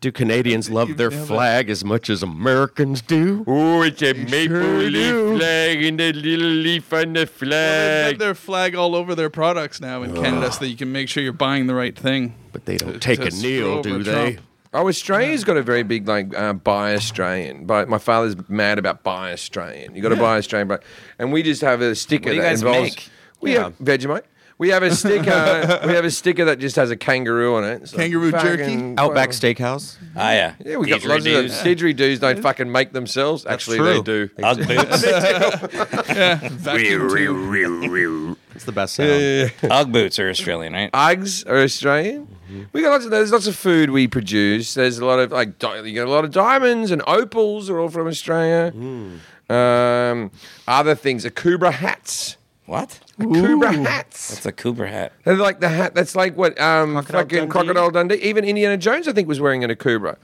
do Canadians love their flag as much as Americans do?
Oh, it's a maple
sure
leaf
do.
flag and a little leaf on the
they've
flag.
got their flag all over their products now in Canada, so that you can make sure you're buying the right thing.
But they don't take a
to screw
kneel,
over
do they?
Trump.
Oh, Australia's got a very big like uh, buy Australian. But my father's mad about buy Australian. You got to buy Australian, but and we just have a sticker
What do you
that
guys
involves.
make?
We have Vegemite. We have a sticker. we have a sticker that just has a kangaroo on it. It's like
Kangaroo jerky?
fucking-
Outback Steakhouse.
Ah, yeah.
Yeah, we got lots of them. Didgeridoos don't fucking make themselves. Actually, they do.
Ugg boots.
Vacuum tube.
It's the best sound.
Ugg boots are Australian, right?
Uggs are Australian.
Mm-hmm.
We got lots of there's lots of food we produce. There's a lot of like di- you get a lot of diamonds and opals are all from Australia.
Mm.
Um, other things, a Kubra hats.
What?
Kubra hats.
It's a Cooper hat.
Uh,
They're like the hat. That's like what um,
Crocodile
fucking
Dundee.
Crocodile Dundee. Even Indiana Jones, I think, was wearing an Akubra.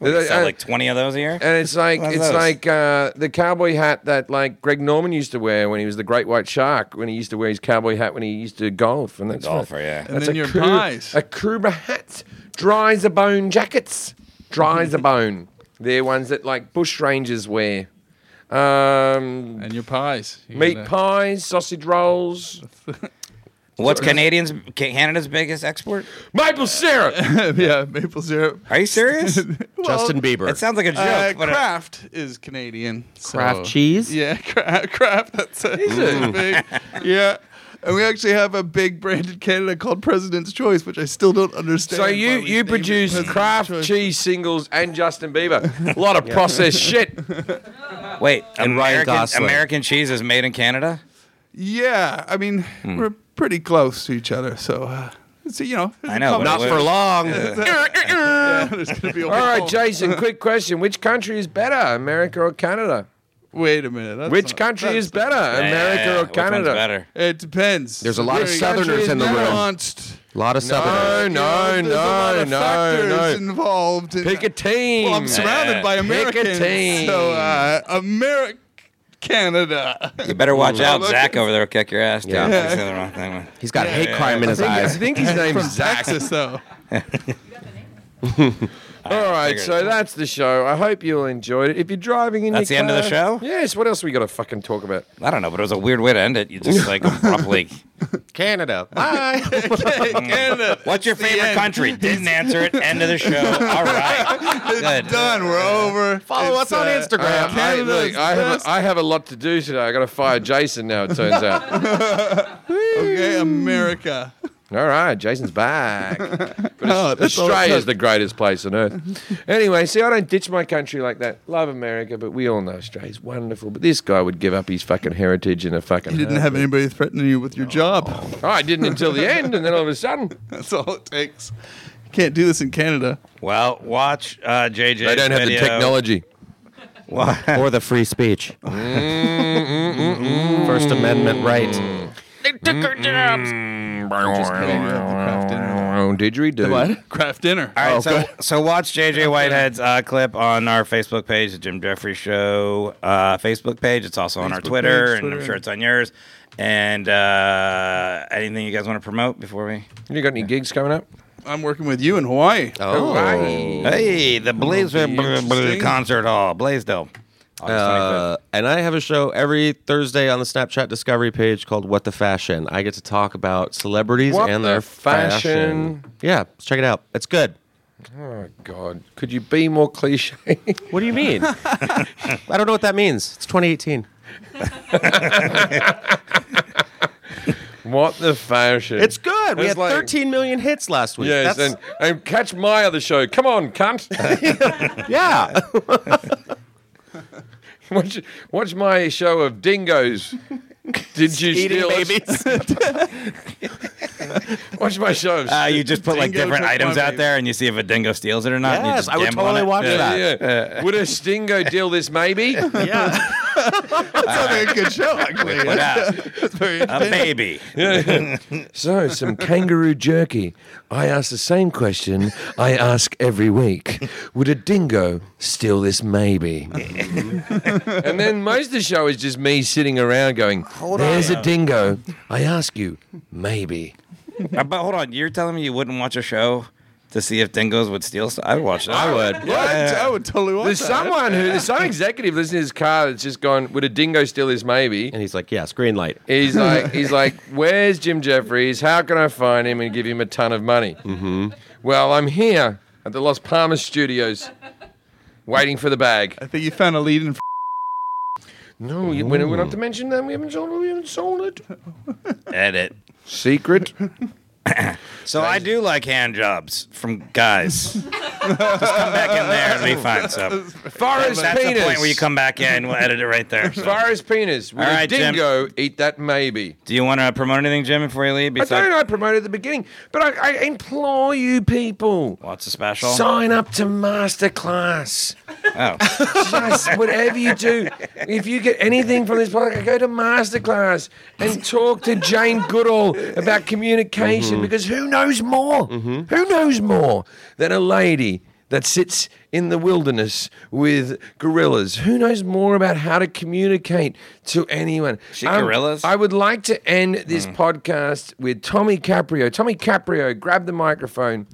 They sell
uh,
And-
like 20 of those a year.
Uh, and it's like
How's
it's
those?
like uh, the cowboy hat that like Greg Norman used to wear when he was the Great White Shark. When he used to wear his cowboy hat when he used to golf, and that's
golfer,
right.
yeah. And
then
a
your
Ku-
pies.
a Kubra hat, dry as a bone jackets, dry as a bone. They're ones that like bush rangers wear. Um,
And your pies. You
meat
gotta-
pies, sausage rolls,
What's Canadians? Canada's biggest export?
maple syrup.
yeah, maple syrup.
Are you serious? it
Justin Bieber.
sounds like a joke.
Uh,
but
Kraft is Canadian. so-
Kraft cheese.
Yeah, Kraft. Kraft that's a, that's a big. Yeah. And we actually have a big brand in Canada called President's Choice, which I still don't understand.
So
why
you
we
you
named it
produce
President's
Kraft
Choice.
cheese singles and Justin Bieber. A lot of processed shit.
uh, wait,
And Ryan
American,
Gosling.
American cheese is made in Canada.
Yeah, I mean,
Hmm.
we're pretty close to each other, so uh, so you know.
I know. but
Not
it
for
was-
long.
yeah, there's gonna be a
All right,
wall.
Jason. Quick question: Which country is better, America or Canada?
Wait a minute. that's
Which
not-
country
that's-
is better,
Yeah, yeah,
America
yeah.
or
Which one's
Canada?
better?
It depends.
There's a lot of
Very
Southerners in the room.
nuanced.
A lot of
No,
Southerners.
no,
Uh, There's a lot
no,
of
no,
factors
no.
involved. in-
Pick a team.
Well, I'm surrounded by
Pick a
Americans.
team.
So uh, America, Canada.
You better watch out.
look-
Zach over there will kick your ass. Dude.
Yeah.
He's doing the wrong thing.
He's got hate crime in his
I
eyes.
think his name's Zach.
Texas, though.
All right,
figured
so that's the show. I hope you all enjoyed it. If you're driving in
That's
your
the end of the
car-
show?
Yes. What else we got to fucking talk about?
I don't know, but it was a weird way to end it. You just like abruptly
Canada. Bye.
Canada.
What's your
It's the
favorite
end.
country? Didn't answer it. End of the show. All right.
It's
Good.
done. We're over.
Follow
It's,
us on
uh,
Instagram.
I, look, I, have a, I have a lot to do today. I got to fire Jason now. It turns out.
Okay, America.
All right, Jason's back.
Oh, that's all it
Australia is
took.
the greatest place on earth. anyway, see, I don't ditch my country like that. Love America, but we all know Australia's wonderful. But this guy would give up his fucking heritage in a fucking.
You didn't have anybody threatening you with your job.
I didn't until the end, and then all of a sudden
That's all it takes. You can't do this in Canada.
Well, watch uh, JJ.
they don't have the technology.
or the free speech. First Amendment right.
Just kidding. You have the craft dinner.
Oh, didgeridoo.
What? Craft dinner.
Oh,
Oh,
All right, so, so watch JJ Whitehead's uh, clip on our Facebook page, the Jim Jeffrey Show uh, Facebook page. It's also on our
Facebook
Twitter,
page,
and
Twitter.
I'm sure it's on yours. And uh, anything you guys want to promote before we?
You got any gigs coming up?
I'm working with you in Hawaii.
Oh.
Hey, the Blaisdell
Interesting.
Concert Hall, Blaisdell. August 25th.
Uh, and I have a show every Thursday on the Snapchat Discovery page called What the Fashion. I get to talk about celebrities
What
and
the
their
fashion?
fashion. Yeah, check it out. It's good.
Oh God, could you be more cliche?
What do you mean? I don't know what that means. It's 2018.
what the fashion?
It's good. We
It's
had
like-
13 million hits last week.
Yes,
That's-
and, and catch my other show. Come on, cunt.
yeah.
watch, watch my show of dingoes. Did you steal us? Watch my show. Of
Uh, you just put like
Dingo
different
took
items
my
out
baby.
there, and you see if a dingo steals it or not. and you
Yes,
just
I would
gamble on
totally
it.
watch
Yeah.
that.
yeah. Would a stingo deal this maybe?
yeah.
That's not a good show, actually.
Yeah.
It's very
A baby.
So, some kangaroo jerky. I ask the same question I ask every week Would a dingo steal this maybe?
and then most of the show is just me sitting around going,
There's a dingo. I ask you, maybe.
Uh, but hold on, you're telling me you wouldn't watch a show to see if dingoes would steal stuff? I'd watch that. I would.
Yeah, I'd- I would totally watch
There's
that.
someone who, there's some executive listening to his car that's just gone, would a dingo steal this maybe?
And he's like, yes, green light.
He's like, he's like, where's Jim Jeffries? How can I find him and give him a ton of money? Mm-hmm. Well, I'm here at the Las Palmas studios, waiting for the bag.
Uh,
I think you found a lead in.
No, you- we're we're not to mention that we haven't sold it. We haven't sold it.
Edit.
Secret.
So I do like hand jobs from guys. Just come back in there and be fine. So
Forest
that's
penis.
the point where you come back in. We'll edit it right there. So.
Forest penis. Would
All
a
right, Jim.
dingo eat that maybe?
Do you want to promote anything, Jim, before you leave?
I don't
Besides
know. I promoted at the beginning, but I, I implore you people.
lots of special.
Sign up to Masterclass.
oh,
Just whatever you do, if you get anything from this podcast, go to Masterclass and talk to Jane Goodall about communication
Mm-hmm.
because who knows more? Who knows more than a lady that sits in the wilderness with gorillas? Who knows more about how to communicate to anyone?
She gorillas?
I would like to end this podcast with Tommy Caprio. Tommy Caprio grabbed the microphone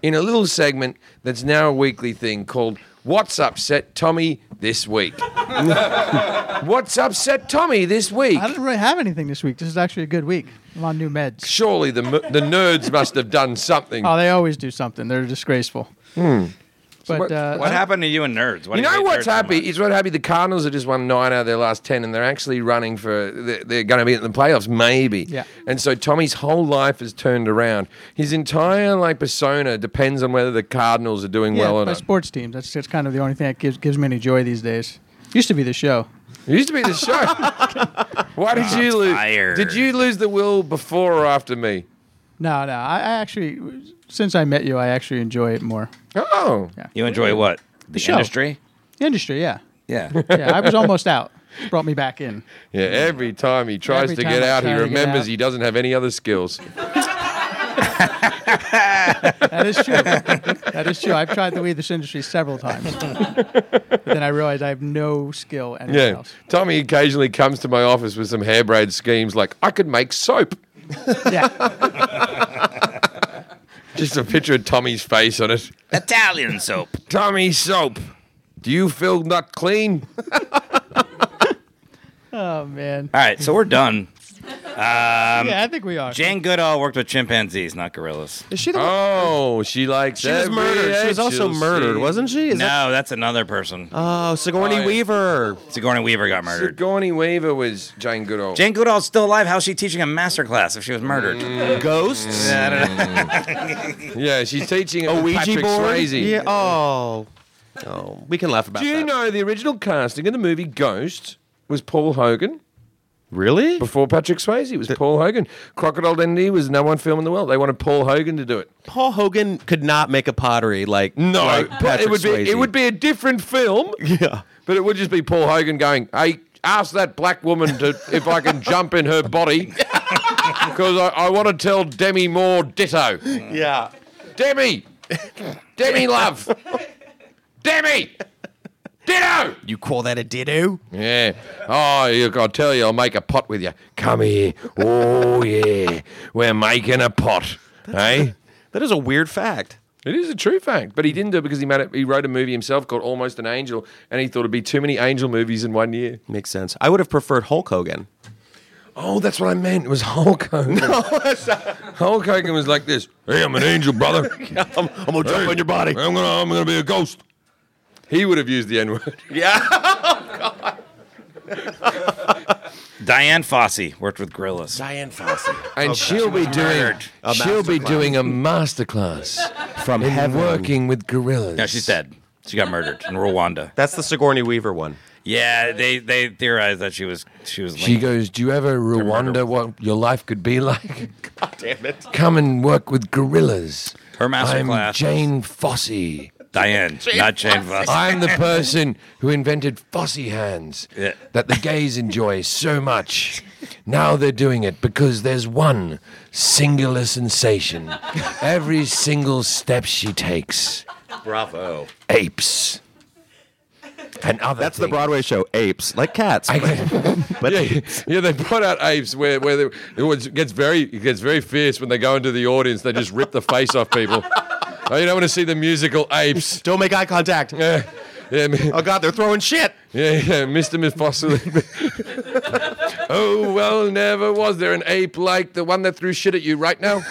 in a little segment that's now a weekly thing called What's Upset Tommy This Week. What's Upset Tommy This Week?
I didn't really have anything this week. This is actually a good week. I'm on new meds.
Surely the, m- the nerds must have done something.
Oh, they always do something. They're disgraceful. But
what-
uh,
what happened to you and nerds? Why
You
do
know
hate
what's
nerds so
happy?
much?
is what happy. The Cardinals have just won nine out of their last ten, and they're actually running for. They're, they're going to be in the playoffs, maybe.
Yeah.
And so Tommy's whole life has turned around. His entire like persona depends on whether the Cardinals are doing
yeah,
well or
my
not.
sports teams. That's, that's kind of the only thing that gives gives me any joy these days. Used to be the show.
It used to be the show. Why did you lose?
tired.
Did you lose the will before or after me?
No, no. I, I actually, since I met you, I actually enjoy it more.
Oh,
You enjoy what? The,
show.
industry?
Industry, yeah,
Yeah.
yeah. I was almost out. Brought me back in.
yeah. Every time he tries
Every
to
time
get
I
out, he
try to get
remembers
out.
he doesn't have any other skills.
That is true. that is true. I've tried to leave this industry several times, but then I realized I have no skill anywhere
Yeah.
else.
Tommy occasionally comes to my office with some hair braid schemes like, I could make soap.
Yeah,
Just a picture of Tommy's face on it.
Italian soap.
Tommy soap. Do you feel not clean?
oh man.
All right, so we're done.
Oh, yeah, I think we are.
Jane Goodall worked with chimpanzees, not gorillas.
Is she the one?
Oh, she likes
She was murdered. She was also murdered, wasn't she? Is
no,
that-
that's another person.
oh, Sigourney
Oh, yeah.
Weaver.
Sigourney Weaver got murdered.
Sigourney Weaver was Jane Goodall.
Jane Goodall's still alive. How's she teaching a master class if she was murdered?
Mm. Ghosts.
I don't know.
yeah, she's teaching it
A
with
Ouija
Patrick
board.
Swayze.
Yeah. Oh. Oh, we can laugh about
Do you
that.
know the original casting of the movie Ghost was Paul Hogan?
Really?
Before Patrick Swayze, it was Paul Hogan. Crocodile Dundee was no one film in the world. They wanted Paul Hogan to do it.
Paul Hogan could not make a pottery like no. Like
But
Patrick
it would be
Swayze.
it would be a different film,
Yeah.
but it would just be Paul Hogan going, "Hey, ask that black woman to if I can jump in her body, because I, I want to tell Demi Moore ditto."
Yeah.
Demi, Demi, love, Demi, ditto.
You call that a ditto?
Yeah. Oh, look, I'll tell you, I'll make a pot with you. Come here. Oh, yeah. We're making a pot. Hey?
That is a weird fact.
It is a true fact. But he didn't do it because he made it, he wrote a movie himself called Almost an Angel, and he thought it'd be too many angel movies in one year.
Makes sense. I would have preferred Hulk Hogan.
Oh, that's what I meant. It was Hulk Hogan. Hulk Hogan was like this. Hey, I'm an angel, brother.
I'm, I'm gonna jump on your body.
I'm gonna I'm gonna be a ghost. He would have used the N-word.
Diane Fossey worked with gorillas.
Diane Fossey.
And she'll be doing
A
she'll be
masterclass.
doing a masterclass
From
in working with gorillas.
No, she's dead. She got murdered in Rwanda.
That's the Sigourney Weaver one.
Yeah, they, they theorized that she was she was.
She
linked.
goes, Do you ever wonder what your life could be like?
God damn it.
Come and work with gorillas.
Her master
I'm
class.
Jane Fossey.
Diane, not Jane Fossey.
I'm the person who invented Fossey hands
Yeah.
that the gays enjoy so much. Now they're doing it because there's one singular sensation every single step she takes.
Bravo.
Apes. And other
That's the
things.
Broadway show Apes, like cats.
I get-
but
yeah, yeah, they brought out apes where where they, it was- gets very it gets very fierce when they go into the audience. They just rip the face off people. Oh, you don't want to see the musical apes.
don't make eye contact.
Yeah, yeah, mi-
Oh God, they're throwing shit.
yeah, yeah, Mr. Mifossil. oh well, never was there an ape like the one that threw shit at you right now.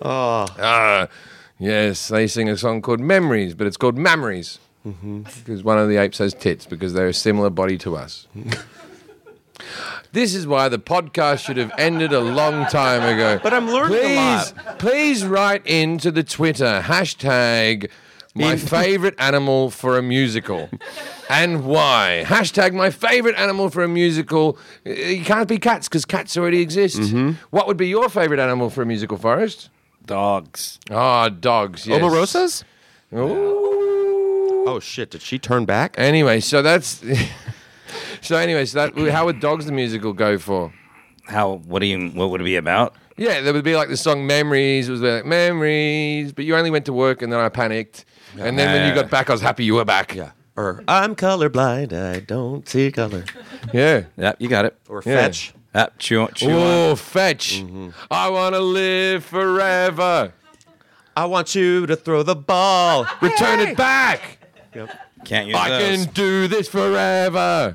Oh. yes, they sing a song called Memories, but it's called Mammaries. Because one of the apes has tits because they're a similar body to us. This is why the podcast should have ended a long time ago.
But I'm learning a
please, Please write into the Twitter hashtag my favorite animal for a musical and why. Hashtag my favorite animal for a musical. It can't be cats because cats already exist. What would be your favorite animal for a musical, Forest?
Dogs.
Ah, dogs. Yes.
Omarosas?
Ooh.
Oh shit! Did she turn back?
Anyway, so that's. so anyway, so that how would dogs the musical go for?
How? What do you? What would it be about?
Yeah, there would be like the song "Memories." It was like "Memories," but you only went to work, and then I panicked, and then when you got back, I was happy you were back. Yeah,
Or I'm colorblind. I don't see color.
yeah.
Yep, you got it.
Or
Yeah.
fetch.
Yep, Ah, chew, on- chew on.
Oh, fetch!
Mm-hmm.
I want to live forever.
I want you to throw the ball.
Return it back.
Can't use
I
those.
can do this forever.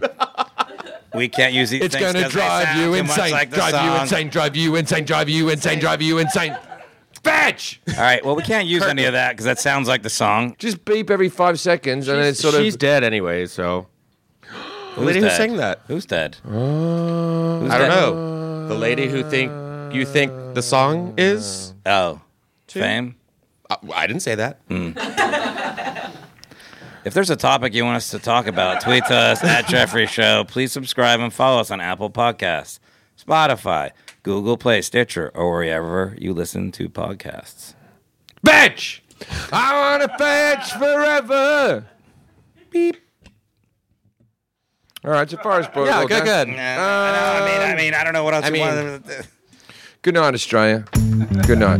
We can't use these.
It's
things
going to
'cause they
drive
sound
you
too much
insane.
like the
drive you
song.
insane. Drive you insane. Drive you insane. Drive you insane. Fetch!
All right. Well, we can't use any of that because that sounds like the song.
Just beep every five seconds, and it's sort
She's
of.
dead anyway, so. The lady who
dead?
sang that. Uh-huh.
Who's dead?
I don't know. The lady who think you think the song is.
Oh, fame.
I, I didn't say that.
If there's a topic you want us to talk about, tweet to us at Jeffrey Show. Please subscribe and follow us on Apple Podcasts, Spotify, Google Play, Stitcher, or wherever you listen to podcasts.
Fetch! I want to fetch forever. Beep. All right, so Forest Broad.
Yeah,
well
good,
done.
good.
I, mean, I mean, I don't know what else
I
you want
mean-
them to do.
Good night, Australia. Good night.